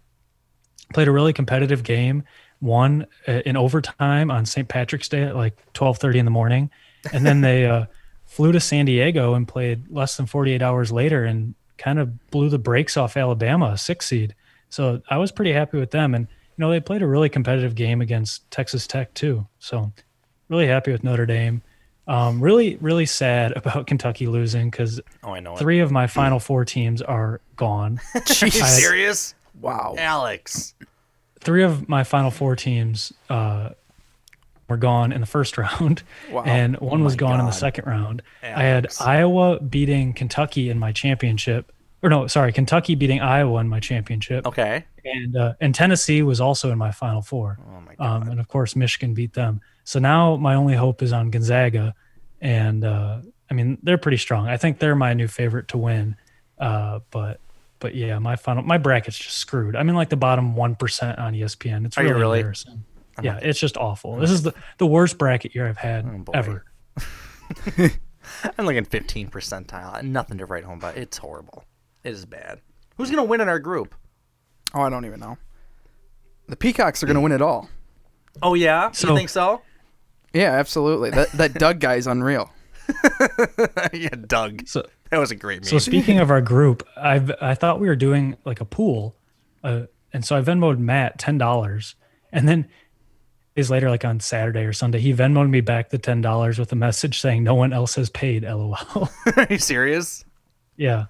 Speaker 3: played a really competitive game, won uh, in overtime on St. Patrick's Day at like 12:30 in the morning, and then they uh, [LAUGHS] flew to San Diego and played less than 48 hours later and kind of blew the brakes off Alabama, a six seed. So I was pretty happy with them, and you know they played a really competitive game against Texas Tech too. So really happy with Notre Dame. Um, really, really sad [LAUGHS] about Kentucky losing because
Speaker 1: Oh, I know.
Speaker 3: three of my final four teams are gone.
Speaker 1: [LAUGHS] Are you
Speaker 3: I-
Speaker 1: serious,
Speaker 2: wow.
Speaker 1: Alex?
Speaker 3: three of my final four teams uh, were gone in the first [LAUGHS] round, and one was gone in the second round. I had Iowa beating Kentucky in my championship, or no, sorry, Kentucky beating Iowa in my championship,
Speaker 1: Okay.
Speaker 3: and uh, and Tennessee was also in my final four. Oh my God. Um, and of course, Michigan beat them. So now my only hope is on Gonzaga, and uh, I mean they're pretty strong. I think they're my new favorite to win, uh, but. But yeah, my final my bracket's just screwed. I'm in like the bottom one percent on E ESPN. It's
Speaker 1: you
Speaker 3: really,
Speaker 1: really?
Speaker 3: embarrassing. Yeah, it's just awful. This is the, the worst bracket year I've had ever.
Speaker 1: I'm looking 15 percentile. Nothing to write home about. It's horrible. It is bad. Who's gonna win in our group?
Speaker 2: Oh, I don't even know. The Peacocks are gonna win it all.
Speaker 1: Oh yeah,
Speaker 3: So-
Speaker 1: you think so?
Speaker 2: Yeah, absolutely. That that Doug guy is unreal.
Speaker 1: [LAUGHS] yeah, Doug.
Speaker 3: So
Speaker 1: That was a great [LAUGHS]
Speaker 3: So
Speaker 1: meeting.
Speaker 3: speaking of our group, I've I thought we were doing like a pool, uh, and so I Venmoed Matt ten dollars, and then days later, like on Saturday or Sunday, he Venmoed me back the ten dollars with a message saying no one else has paid. [LAUGHS] LOL.
Speaker 1: Are you serious?
Speaker 3: yeah,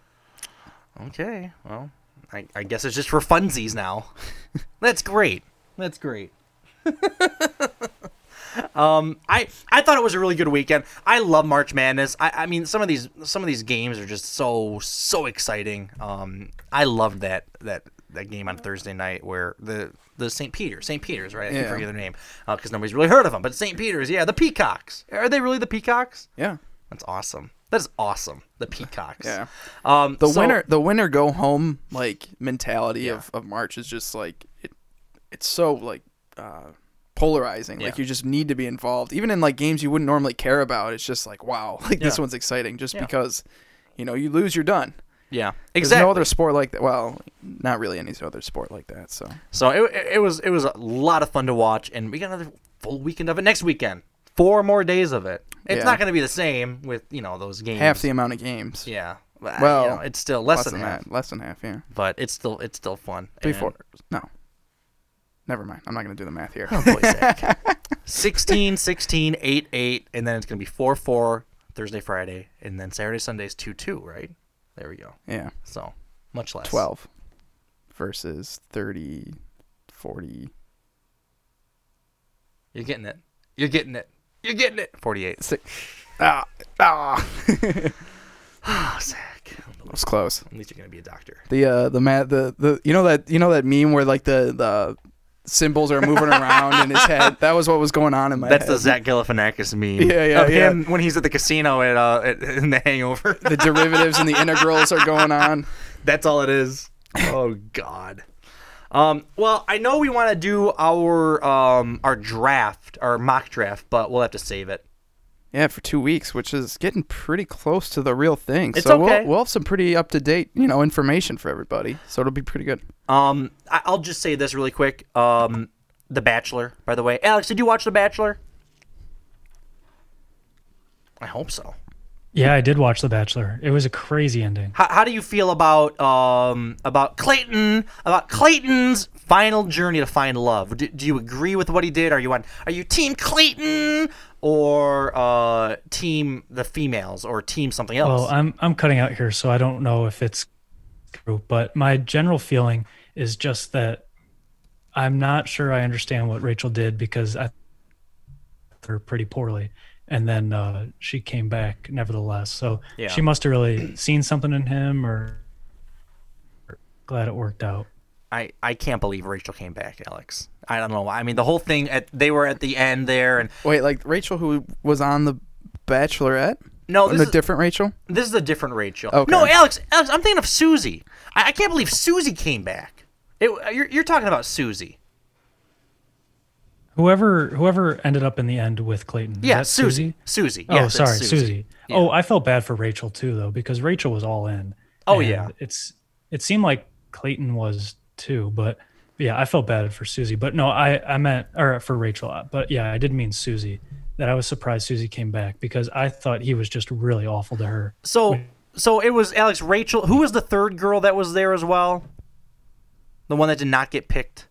Speaker 1: Okay. Well, I, I guess it's just for funsies now. [LAUGHS] That's great. That's great. [LAUGHS] um, I I thought it was a really good weekend. I love March Madness. I, I mean, some of these some of these games are just so so exciting. Um, I loved that that that game on Thursday night where the the St. Peter St. Peter's right. I keep
Speaker 2: Yeah.
Speaker 1: forget their name because nobody's really heard of them. But St. Peter's, yeah, the Peacocks. Are they really the Peacocks?
Speaker 2: Yeah.
Speaker 1: That's awesome. That is awesome. The Peacocks.
Speaker 2: Yeah.
Speaker 1: Um,
Speaker 2: The
Speaker 1: so-
Speaker 2: winner the winner go home like mentality of, of March is just like it it's so like uh polarizing. Like
Speaker 1: Yeah.
Speaker 2: you just need to be involved. Even in like games you wouldn't normally care about, it's just like wow, [LAUGHS] like this
Speaker 1: Yeah.
Speaker 2: one's exciting just because you know, you lose, you're done.
Speaker 1: Yeah.
Speaker 2: There's
Speaker 1: Exactly.
Speaker 2: no other sport like that. Well, not really any other sport like that, so.
Speaker 1: So it, it was it was a lot of fun to watch, and we got another full weekend of it next weekend. Four more days of it. It's
Speaker 2: Yeah.
Speaker 1: not going to be the same with you know those games.
Speaker 2: half the amount of games.
Speaker 1: yeah.
Speaker 2: Well,
Speaker 1: Well, you know, it's still less, than half,
Speaker 2: Less than half, yeah.
Speaker 1: but it's still it's still fun.
Speaker 2: Three
Speaker 1: And-
Speaker 2: quarters. No. Never mind. I'm not going to do the math here.
Speaker 1: Oh, boy,
Speaker 2: [LAUGHS]
Speaker 1: Zach. 16, 16, 8, 8, and then it's going to be 4, 4, Thursday, Friday, and then Saturday, Sunday's 2, 2, right? There we go.
Speaker 2: yeah.
Speaker 1: So, much less.
Speaker 2: 12 versus 30, 40.
Speaker 1: You're getting it. You're getting it. You're getting it. 48.
Speaker 2: Six. Ah, [LAUGHS] ah.
Speaker 1: Oh, Zach.
Speaker 2: It was close.
Speaker 1: At least you're going to be a doctor.
Speaker 2: The uh the ma- the the you know that you know that meme where like the the symbols are moving around in his head. That was what was going on in my
Speaker 1: That's
Speaker 2: head.
Speaker 1: the Zach Galifianakis meme.
Speaker 2: Yeah, yeah,
Speaker 1: of
Speaker 2: yeah.
Speaker 1: him when he's at the casino at, uh, at in The Hangover. [LAUGHS]
Speaker 2: the derivatives and the integrals are going on.
Speaker 1: That's all it is. Oh God. Um, well, I know we want to do our um, our draft, our mock draft, but we'll have to save it.
Speaker 2: Yeah, for two weeks, which is getting pretty close to the real thing.
Speaker 1: It's
Speaker 2: so
Speaker 1: okay.
Speaker 2: we'll, we'll have some pretty up to date, you know, information for everybody. So it'll be pretty good.
Speaker 1: Um, I- I'll just say this really quick. Um, The Bachelor, by the way. Alex, did you watch The Bachelor? I hope so.
Speaker 3: Yeah, I did watch The Bachelor. It was a crazy ending.
Speaker 1: How, how do you feel about um about Clayton about Clayton's final journey to find love? Do, do you agree with what he did? Are you on? Are you Team Clayton or uh Team the females or Team something else?
Speaker 3: Well, I'm I'm cutting out here, so I don't know if it's true, but my general feeling is just that I'm not sure I understand what Rachel did because I her pretty poorly, and then uh, she came back nevertheless. So
Speaker 1: Yeah.
Speaker 3: she must have really seen something in him, or, or glad it worked out.
Speaker 1: I, I can't believe Rachel came back, Alex. I don't know why. I mean, the whole thing at they were at the end there, and
Speaker 2: Wait, like Rachel who was on the Bachelorette?
Speaker 1: No, this
Speaker 2: the
Speaker 1: is-
Speaker 2: different Rachel.
Speaker 1: this is a different Rachel.
Speaker 2: Okay.
Speaker 1: No, Alex, Alex, I'm thinking of Susie. I, I can't believe Susie came back. It, you're, you're talking about Susie.
Speaker 3: Whoever whoever ended up in the end with Clayton. Is
Speaker 1: Yeah,
Speaker 3: that
Speaker 1: Susie. Susie.
Speaker 3: Oh,
Speaker 1: Yes, it's
Speaker 3: sorry,
Speaker 1: Susie.
Speaker 3: Susie. Oh, I felt bad for Rachel too, though, because Rachel was all in.
Speaker 1: Oh,
Speaker 3: And
Speaker 1: yeah.
Speaker 3: it's it seemed like Clayton was too, but yeah, I felt bad for Susie. But no, I I meant or for Rachel, uh, but yeah, I did mean Susie. That I was surprised Susie came back because I thought he was just really awful to her.
Speaker 1: So so it was Alex Rachel. Who was the third girl that was there as well? The one that did not get picked.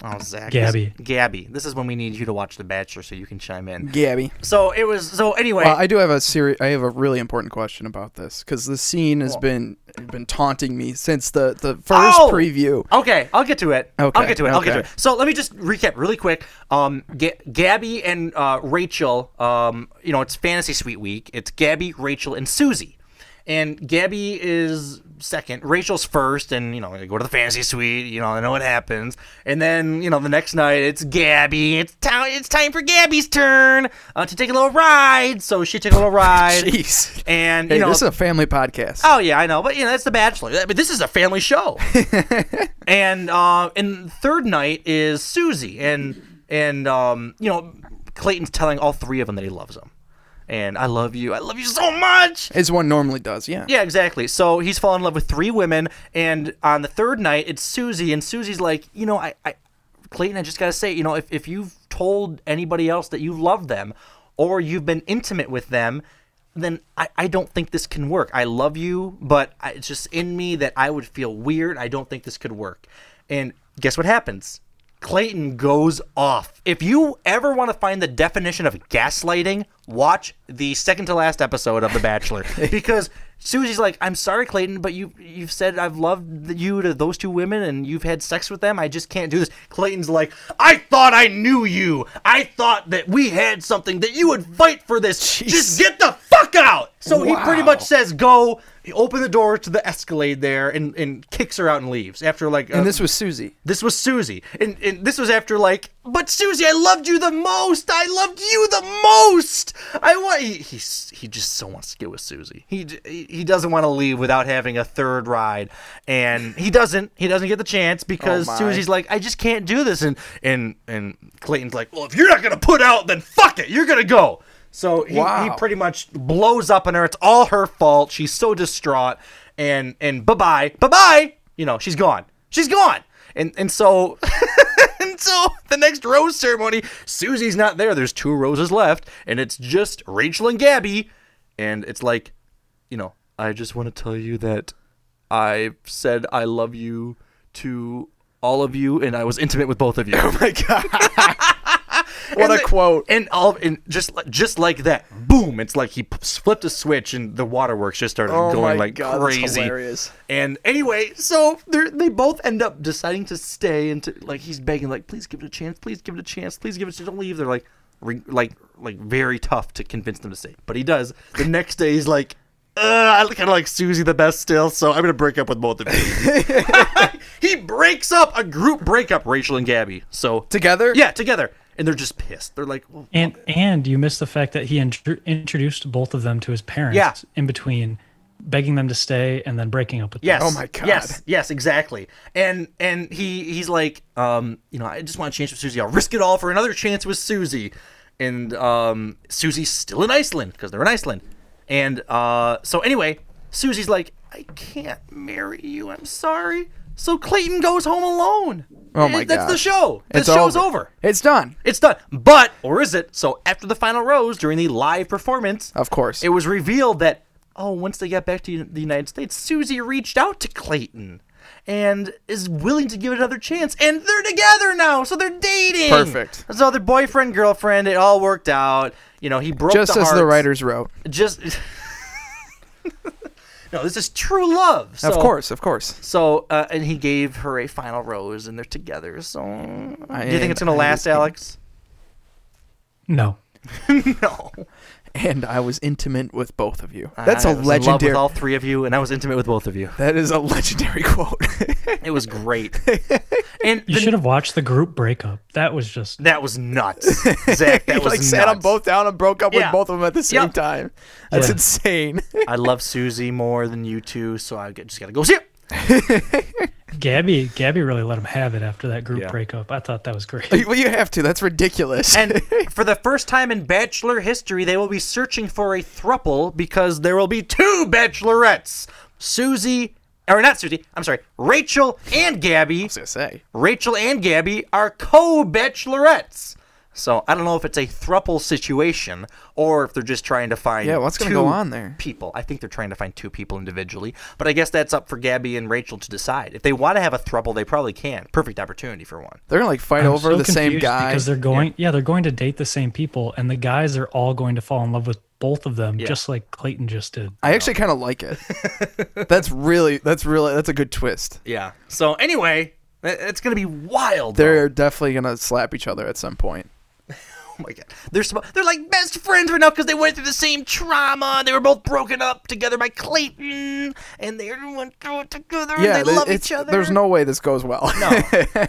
Speaker 1: Oh, Zach. this-
Speaker 3: Gabby.
Speaker 1: Gabby. This is when we need you to watch The Bachelor so you can chime in.
Speaker 2: Gabby.
Speaker 1: So it was. So anyway.
Speaker 2: Well, I do have a seri- I have a really important question about this because the scene has been been taunting me since the the first
Speaker 1: Oh!
Speaker 2: preview.
Speaker 1: Okay, I'll get to it.
Speaker 2: Okay,
Speaker 1: I'll get to it. I'll get to it.
Speaker 2: okay.
Speaker 1: So let me just recap really quick. Um, Ga- Gabby and uh, Rachel. Um, you know, it's Fantasy Suite Week. It's Gabby, Rachel, and Susie. And Gabby is second. Rachel's first, and you know, they go to the Fantasy Suite. You know, I know what happens. And then you know, the next night it's Gabby. It's time. It's time for Gabby's turn uh, to take a little ride. So she took a
Speaker 2: [LAUGHS]
Speaker 1: little ride.
Speaker 2: Jeez.
Speaker 1: And you
Speaker 2: Hey,
Speaker 1: know,
Speaker 2: this is a family podcast.
Speaker 1: Oh yeah, I know, but you know that's The Bachelor. But this is a family show. and uh, and third night is Susie, and and um, you know Clayton's telling all three of them that he loves them, and I love you, I love you so much.
Speaker 2: As one normally does, yeah.
Speaker 1: Yeah, exactly. So he's fallen in love with three women, and on the third night, it's Susie, and Susie's like, you know, I, I Clayton, I just gotta say, you know, if, if you've told anybody else that you love them, or you've been intimate with them, then I, I don't think this can work. I love you, but I, it's just in me that I would feel weird. I don't think this could work. And guess what happens? Clayton goes off. If you ever want to find the definition of gaslighting, watch the second to last episode of The
Speaker 2: [LAUGHS]
Speaker 1: Bachelor because Susie's like, "I'm sorry, Clayton, but you you've said I've loved you to those two women and you've had sex with them. I just can't do this." Clayton's like, "I thought I knew you. I thought that we had something that you would fight for this. Just get the fuck out." So he pretty much says, "Go." He open the door to the Escalade there and and kicks her out and leaves after like
Speaker 2: And
Speaker 1: a-
Speaker 2: this was Susie.
Speaker 1: this was Susie. And, and this was after like, but Susie, I loved you the most. I loved you the most. I want. He he, he just so wants to get with Susie. He j- he he doesn't want to leave without having a third ride, and he doesn't. He doesn't get the chance because
Speaker 2: my.
Speaker 1: Susie's like, I just can't do this. And and and Clayton's like, well, if you're not gonna put out, then fuck it. You're gonna go. So he, he
Speaker 2: Wow.
Speaker 1: pretty much blows up on her. It's all her fault. She's so distraught. And and bye bye bye bye. You know she's gone. She's gone. And and so [LAUGHS] and so the next rose ceremony, Susie's not there. There's two roses left, and it's just Rachel and Gabby, and it's like, you know, I just want to tell you that I said I love you to all of you, and I was intimate with both of you.
Speaker 2: [LAUGHS] Oh my god. What
Speaker 1: And
Speaker 2: a
Speaker 1: the-
Speaker 2: quote.
Speaker 1: And all and just li- just like that, boom! It's like he p- flipped a switch and the waterworks just started
Speaker 2: Oh
Speaker 1: going
Speaker 2: my
Speaker 1: like
Speaker 2: God, that's
Speaker 1: crazy.
Speaker 2: hilarious.
Speaker 1: And anyway, so they they both end up deciding to stay and to, like he's begging like please give it a chance, please give it a chance, please give it a chance, don't leave. They're like re, like like very tough to convince them to stay, but he does. The next day he's like. Uh, I kind of like Susie the best still, so I'm gonna break up with both of you. [LAUGHS] he breaks up a group breakup, Rachel and Gabby. So
Speaker 2: Together?
Speaker 1: yeah, together. And they're just pissed. They're like, well,
Speaker 3: And and you missed the fact that he intro introduced both of them to his parents
Speaker 1: Yeah.
Speaker 3: in between begging them to stay and then breaking up with
Speaker 1: yes.
Speaker 3: them.
Speaker 2: Oh my God.
Speaker 1: Yes, yes, exactly. And and he he's like, um, you know, I just want a chance with Susie. I'll risk it all for another chance with Susie. And um, Susie's still in Iceland because they're in Iceland. And uh, so anyway, Susie's like, I can't marry you. I'm sorry. So Clayton goes home alone.
Speaker 2: Oh my
Speaker 1: That's the
Speaker 2: gosh.
Speaker 1: show. The
Speaker 2: It's
Speaker 1: show's over.
Speaker 2: It's done.
Speaker 1: It's done. But, or is it? So, after the final rose, during the live performance,
Speaker 2: Of course.
Speaker 1: it was revealed that, oh, once they got back to the United States, Susie reached out to Clayton and is willing to give it another chance. And they're together now, so they're dating.
Speaker 2: Perfect.
Speaker 1: So, their boyfriend, girlfriend, it all worked out. You know, he broke
Speaker 2: Just
Speaker 1: the
Speaker 2: as the
Speaker 1: hearts.
Speaker 2: writers wrote.
Speaker 1: Just. [LAUGHS] no, this is true love.
Speaker 2: Of
Speaker 1: So-
Speaker 2: course, of course.
Speaker 1: So, uh, and he gave her a final rose, and they're together. So, do you
Speaker 2: am-
Speaker 1: think it's going
Speaker 2: I
Speaker 1: to last,
Speaker 2: am- [LAUGHS]
Speaker 1: Alex?
Speaker 3: No.
Speaker 1: No.
Speaker 2: And I was intimate with both of you. That's
Speaker 1: a
Speaker 2: a legendary.
Speaker 1: with all three of you, and I was intimate with both of you.
Speaker 2: that is a legendary [LAUGHS] quote.
Speaker 1: [LAUGHS] It was
Speaker 2: [LAUGHS]
Speaker 1: great. and
Speaker 3: You
Speaker 1: the-
Speaker 3: should have watched the group breakup. That was just
Speaker 1: that was
Speaker 2: [LAUGHS]
Speaker 1: nuts, Zach. That
Speaker 2: He,
Speaker 1: was
Speaker 2: like
Speaker 1: nuts.
Speaker 2: sat them both down and broke up
Speaker 1: Yeah.
Speaker 2: with both of them at the same
Speaker 1: Yep.
Speaker 2: time. That's
Speaker 3: Yeah.
Speaker 2: insane.
Speaker 1: I love Susie more than you two, so I get- just gotta go see it.
Speaker 3: Gabby Gabby really let him have it after that group
Speaker 1: Yeah.
Speaker 3: breakup. I thought that was great.
Speaker 2: [LAUGHS] well, you have to. That's ridiculous. [LAUGHS]
Speaker 1: And for the first time in Bachelor history, they will be searching for a thruple because there will be two Bachelorettes: Susie, or not Susie. I'm sorry, Rachel and Gabby.
Speaker 2: I was gonna say.
Speaker 1: Rachel and Gabby are co-bachelorettes. So I don't know if it's a thruple situation or if they're just trying to find
Speaker 2: Yeah, what's gonna
Speaker 1: two
Speaker 2: go on there?
Speaker 1: People, I think they're trying to find two people individually, but I guess that's up for Gabby and Rachel to decide. If they want to have a thruple, they probably can. Perfect opportunity for one.
Speaker 2: They're gonna like fight
Speaker 3: I'm
Speaker 2: over
Speaker 3: so
Speaker 2: the same
Speaker 3: confused
Speaker 2: guy.
Speaker 3: because they're going yeah. they're going to date the same people and the guys are all going to fall in love with both of them just like Clayton just did.
Speaker 2: I actually kind of like
Speaker 3: [LAUGHS]
Speaker 2: it. that's really, that's really, that's a good twist.
Speaker 1: Yeah. So anyway, i- it's gonna be wild. though.
Speaker 2: They're definitely gonna slap each other at some point.
Speaker 1: Oh my god. They're sm- they're like best friends right now because they went through the same trauma. They were both broken up together by Clayton, and they went through it together.
Speaker 2: Yeah,
Speaker 1: and they
Speaker 2: th-
Speaker 1: love
Speaker 2: it's-
Speaker 1: each other.
Speaker 2: There's no way this goes well. No.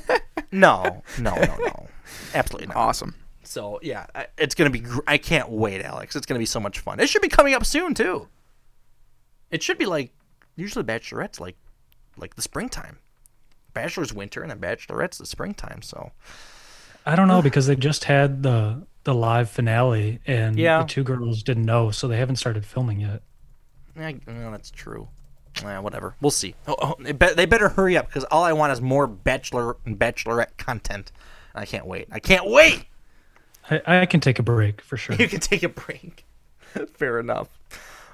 Speaker 1: No, no, no, [LAUGHS] no. Absolutely not.
Speaker 2: [LAUGHS] awesome.
Speaker 1: So yeah, I- it's gonna be. Gr- I can't wait, Alex. It's gonna be so much fun. It should be coming up soon too. It should be like usually Bachelorette's like like the springtime. Bachelor's winter and then Bachelorette's the springtime. So
Speaker 3: I don't know because they just had the the live finale and
Speaker 1: Yeah.
Speaker 3: the two girls didn't know, so they haven't started filming yet.
Speaker 1: yeah, no, that's true. Yeah, whatever. We'll see. Oh, oh, they bet- they better hurry up because all I want is more Bachelor and Bachelorette content. I can't wait. I can't wait.
Speaker 3: I, I can take a break for
Speaker 1: [LAUGHS]
Speaker 3: sure.
Speaker 1: you can take a break. [LAUGHS] Fair enough.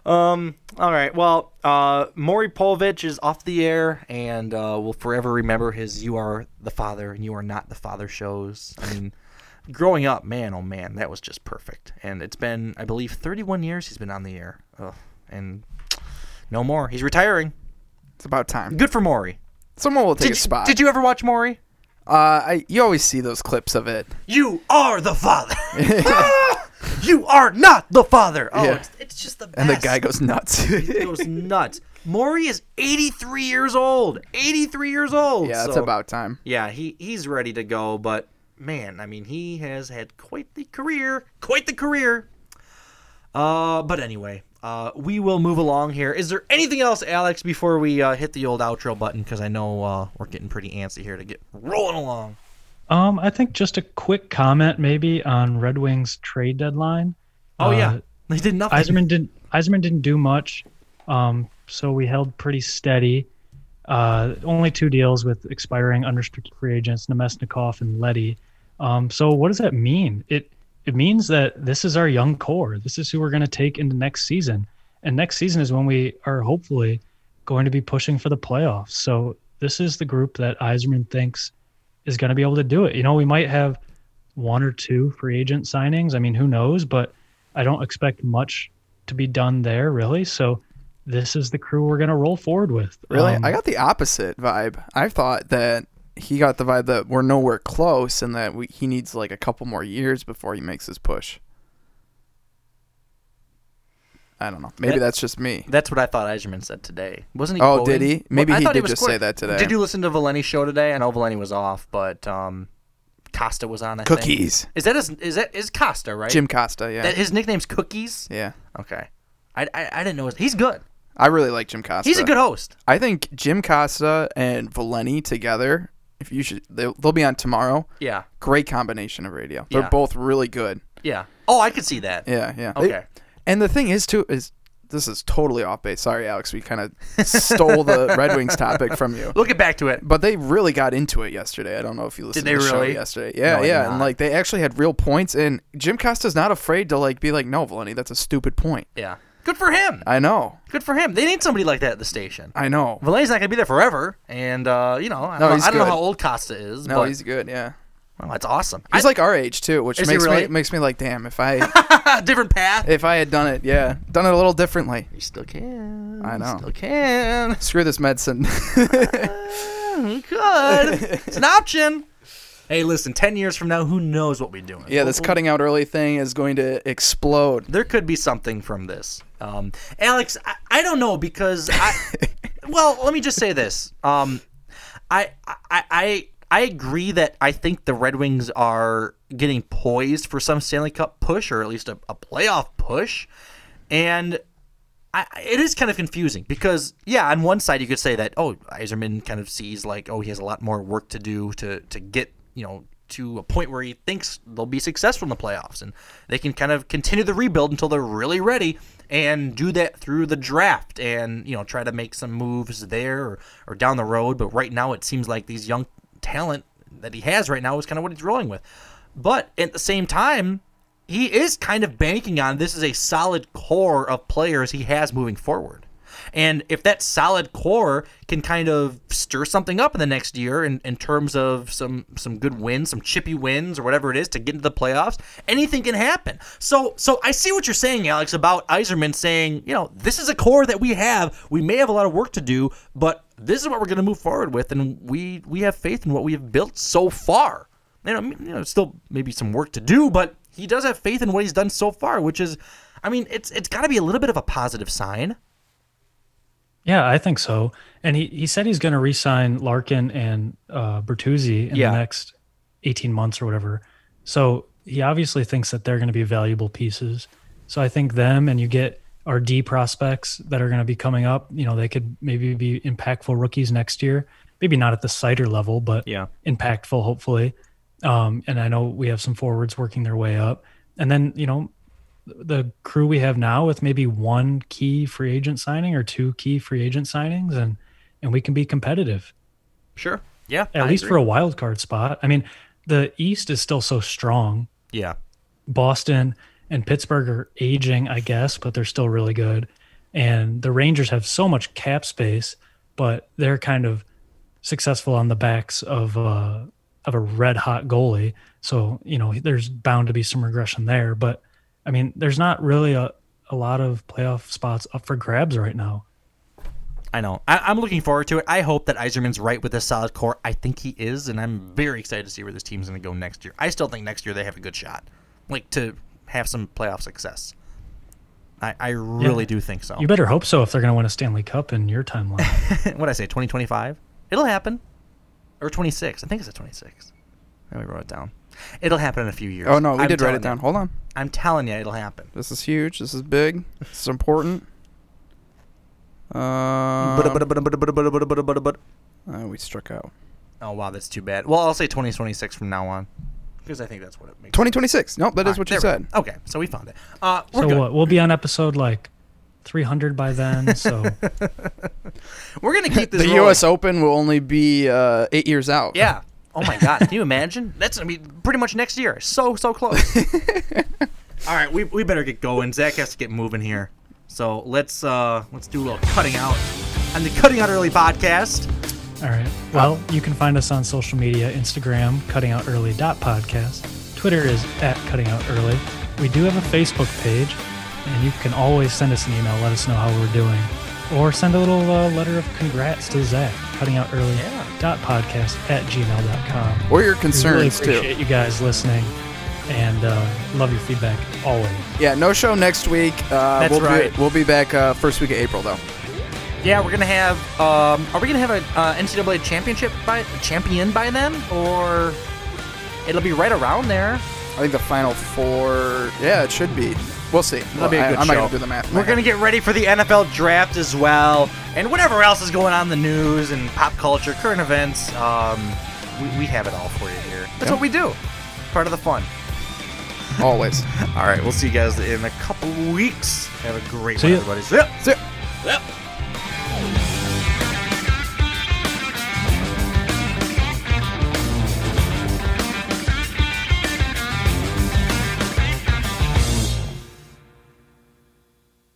Speaker 1: Um, all right. Well, uh, Maury Povich is off the air, and uh, we'll forever remember his "You Are the Father" and "You Are Not the Father" shows. I mean, growing up, man, oh man, that was just perfect. And it's been, I believe, 31 years he's been on the air, Ugh. and no more. He's retiring.
Speaker 2: It's about time.
Speaker 1: Good for Maury.
Speaker 2: Someone will
Speaker 1: Did
Speaker 2: take a
Speaker 1: you-
Speaker 2: spot.
Speaker 1: did you ever watch Maury?
Speaker 2: Uh, I, you always see those clips of it.
Speaker 1: You are the
Speaker 2: [LAUGHS]
Speaker 1: father. [LAUGHS] you are not the father. Oh,
Speaker 2: Yeah.
Speaker 1: it's, it's just the best.
Speaker 2: And the guy goes nuts. [LAUGHS] yeah,
Speaker 1: goes nuts. Maury is 83 years old. 83 years old.
Speaker 2: it's
Speaker 1: So-
Speaker 2: about time.
Speaker 1: Yeah, he he's ready to go, but man, I mean, he has had quite the career. Quite the career. Uh, but anyway, uh, we will move along here. Is there anything else, Alex, before we uh, hit the old outro button? Because I know uh, we're getting pretty antsy here to get rolling along.
Speaker 3: Um, I think just a quick comment maybe on Red Wings trade deadline.
Speaker 1: Oh yeah,
Speaker 3: Uh,
Speaker 1: they did nothing.
Speaker 3: Eiserman didn't Eiserman didn't do much, um, so we held pretty steady. Uh, only two deals with expiring unrestricted free agents, Nemesnikov and Letty. Um, so what does that mean? It it means that this is our young core. This is who we're going to take into next season, and next season is when we are hopefully going to be pushing for the playoffs. So this is the group that Eiserman thinks is going to be able to do it. You know, we might have one or two free agent signings. I mean, who knows? But I don't expect much to be done there, really. So this is the crew we're going to roll forward with.
Speaker 2: Really?
Speaker 3: Um,
Speaker 2: I got the opposite vibe. I thought that he got the vibe that we're nowhere close and that we, he needs like a couple more years before he makes his push. I don't know. Maybe
Speaker 1: That-
Speaker 2: that's just me.
Speaker 1: That's what I thought Eiserman said today. Wasn't he?
Speaker 2: Oh,
Speaker 1: quoted?
Speaker 2: did he? Maybe
Speaker 1: I
Speaker 2: he
Speaker 1: thought
Speaker 2: did
Speaker 1: was
Speaker 2: just say that today.
Speaker 1: Did you listen to Valeni's show today? I know Valeni was off, but um, Costa was on. I think.
Speaker 2: Cookies.
Speaker 1: Is that his, is that is Costa right?
Speaker 2: Jim Costa, yeah.
Speaker 1: That his nickname's Cookies.
Speaker 2: yeah.
Speaker 1: Okay, I, I I didn't know. His, he's good.
Speaker 2: I really like Jim Costa.
Speaker 1: He's a good host.
Speaker 2: I think Jim Costa and Valeni together, if you should they'll, they'll be on tomorrow.
Speaker 1: Yeah,
Speaker 2: Great combination of radio. They're
Speaker 1: Yeah.
Speaker 2: both really good.
Speaker 1: yeah. Oh, I could see that.
Speaker 2: Yeah, yeah. They-
Speaker 1: Okay.
Speaker 2: and the thing is too is this is totally off base. Sorry, Alex, we kind of stole the
Speaker 1: [LAUGHS]
Speaker 2: Red Wings topic from you.
Speaker 1: We'll get back to it.
Speaker 2: But they really got into it yesterday. I don't know if you listened
Speaker 1: they
Speaker 2: to the
Speaker 1: really?
Speaker 2: show yesterday. Yeah,
Speaker 1: No, I did
Speaker 2: yeah. And
Speaker 1: not.
Speaker 2: like they actually had real points and Jim Costa's not afraid to like be like, No, Valeni, that's a stupid point.
Speaker 1: Yeah. Good for him.
Speaker 2: I know.
Speaker 1: Good for him. They need somebody like that at the station.
Speaker 2: I know.
Speaker 1: Valeni's not gonna be there forever, and uh, you know, I
Speaker 2: No,
Speaker 1: don't, know,
Speaker 2: he's
Speaker 1: I don't know
Speaker 2: good.
Speaker 1: how old Costa is.
Speaker 2: No,
Speaker 1: but,
Speaker 2: he's good, yeah.
Speaker 1: well, that's awesome.
Speaker 2: He's like our age too, which
Speaker 1: Is
Speaker 2: makes
Speaker 1: he really?
Speaker 2: me makes me like, damn,
Speaker 1: [LAUGHS]
Speaker 2: if I
Speaker 1: a different path.
Speaker 2: if I had done it, yeah, done it a little differently.
Speaker 1: You still can.
Speaker 2: I know.
Speaker 1: Still can. [LAUGHS]
Speaker 2: Screw this medicine. [LAUGHS]
Speaker 1: You could. it's an option. Hey, listen. Ten years from now, who knows what we're doing?
Speaker 2: yeah, this
Speaker 1: Well,
Speaker 2: cutting out early thing is going to explode.
Speaker 1: There could be something from this. Um, Alex, I, I don't know because I.
Speaker 2: [LAUGHS]
Speaker 1: well, let me just say this. Um, I, I, I, I agree that I think the Red Wings are getting poised for some Stanley Cup push or at least a, a playoff push, and I, I- it is kind of confusing because yeah, on one side you could say that oh Iserman kind of sees like oh he has a lot more work to do to to get you know to a point where he thinks they'll be successful in the playoffs and they can kind of continue the rebuild until they're really ready and do that through the draft and you know try to make some moves there or, or down the road but right now it seems like these young talent that he has right now is kind of what he's rolling with but at the same time he is kind of banking on this is a solid core of players he has moving forward. And if that solid core can kind of stir something up in the next year in, in terms of some some good wins, some chippy wins or whatever it is to get into the playoffs, anything can happen. So so I see what you're saying, Alex, about Iserman saying, you know, this is a core that we have. We may have a lot of work to do, but this is what we're gonna move forward with and we we have faith in what we have built so far you know, m- you know, still maybe some work to do, but he does have faith in what he's done so far, which is, I mean, it's it's got to be a little bit of a positive sign.
Speaker 3: Yeah, I think so. And he, he said he's going to re-sign Larkin and uh, Bertuzzi in
Speaker 1: Yeah.
Speaker 3: the next 18 months or whatever. So he obviously thinks that they're going to be valuable pieces. So I think them and you get our D prospects that are going to be coming up, you know, they could maybe be impactful rookies next year. Maybe not at the cider level, but
Speaker 1: Yeah.
Speaker 3: impactful hopefully. Um, and I know we have some forwards working their way up. And then, you know, the crew we have now with maybe one key free agent signing or two key free agent signings and and we can be competitive
Speaker 1: Sure. Yeah.
Speaker 3: at least for a wild card spot. I mean, the East is still so strong.
Speaker 1: yeah.
Speaker 3: Boston and Pittsburgh are aging, I guess, but they're still really good. And the Rangers have so much cap space, but they're kind of successful on the backs of uh, of a red hot goalie. So you know, there's bound to be some regression there. But I mean, there's not really a, a lot of playoff spots up for grabs right now.
Speaker 1: I know. I, I'm looking forward to it. I hope that Eiserman's right with this solid core. I think he is, and I'm very excited to see where this team's going to go next year. I still think next year they have a good shot, like to have some playoff success. I, I really do think so.
Speaker 3: You better hope so if they're going to win a Stanley Cup in your timeline.
Speaker 1: what I say, 2025? It'll happen. Or 26. I think it's a 26. There we wrote it down. It'll happen in a few years.
Speaker 2: Oh no, we
Speaker 1: I'm
Speaker 2: did write
Speaker 1: telling
Speaker 2: it down.
Speaker 1: you.
Speaker 2: Hold on.
Speaker 1: I'm telling you, it'll happen.
Speaker 2: This is huge. This is big. This is important. Um, uh, we struck out.
Speaker 1: Oh, wow, that's too bad. Well, I'll say 2026 from now on. Because I think that's what it makes.
Speaker 2: 2026. Nope, that is
Speaker 1: Alright,
Speaker 2: what you
Speaker 1: there Oh,
Speaker 2: said.
Speaker 1: we go. Okay, so we found it. Uh, [LAUGHS] we're
Speaker 3: so
Speaker 1: good.
Speaker 3: what? We'll be on episode like 300 by
Speaker 1: [LAUGHS]
Speaker 3: then. So
Speaker 1: [LAUGHS] We're gonna
Speaker 2: [LAUGHS]
Speaker 1: keep this.
Speaker 2: the
Speaker 1: rolling.
Speaker 2: U.S. Open will only be uh, eight years out.
Speaker 1: Yeah. Oh my God! Can you imagine? That's gonna be pretty much next year. So so close. [LAUGHS] All right, we, we better get going. Zach has to get moving here, so let's uh let's do a little cutting out on the cutting out early podcast.
Speaker 3: All right. Well, you can find us on social media Instagram, cuttingoutearly.podcast. Twitter is at cuttingoutearly. We do have a Facebook page, and you can always send us an email, let us know how we're doing, or send a little uh, letter of congrats to Zach, cuttingoutearly.podcast at gmail.com.
Speaker 2: Or your
Speaker 3: really
Speaker 2: concerns too.
Speaker 3: appreciate you guys listening and uh, love your feedback always.
Speaker 2: Yeah, no show next week. Uh,
Speaker 1: That's
Speaker 2: we'll be-
Speaker 1: right.
Speaker 2: we'll be back uh, first week of April though.
Speaker 1: Yeah, we're gonna have. Um, are we gonna have a uh, NCAA championship by champion by then, or it'll be right around there?
Speaker 2: I think the final four. Yeah, it should be. We'll see.
Speaker 1: That'll be a
Speaker 2: I-
Speaker 1: good
Speaker 2: I'm not
Speaker 1: show.
Speaker 2: gonna do the math.
Speaker 1: We're gonna get ready for the NFL draft as well, and whatever else is going on in the news and pop culture, current events. Um, we, we have it all for you here. That's what we do. Part of the fun.
Speaker 2: gonna
Speaker 1: [LAUGHS]
Speaker 2: always.
Speaker 1: All right, we'll see you guys in a couple weeks. Have a great
Speaker 3: See
Speaker 1: one,
Speaker 3: ya.
Speaker 1: everybody. See ya.
Speaker 2: See ya.
Speaker 1: See ya.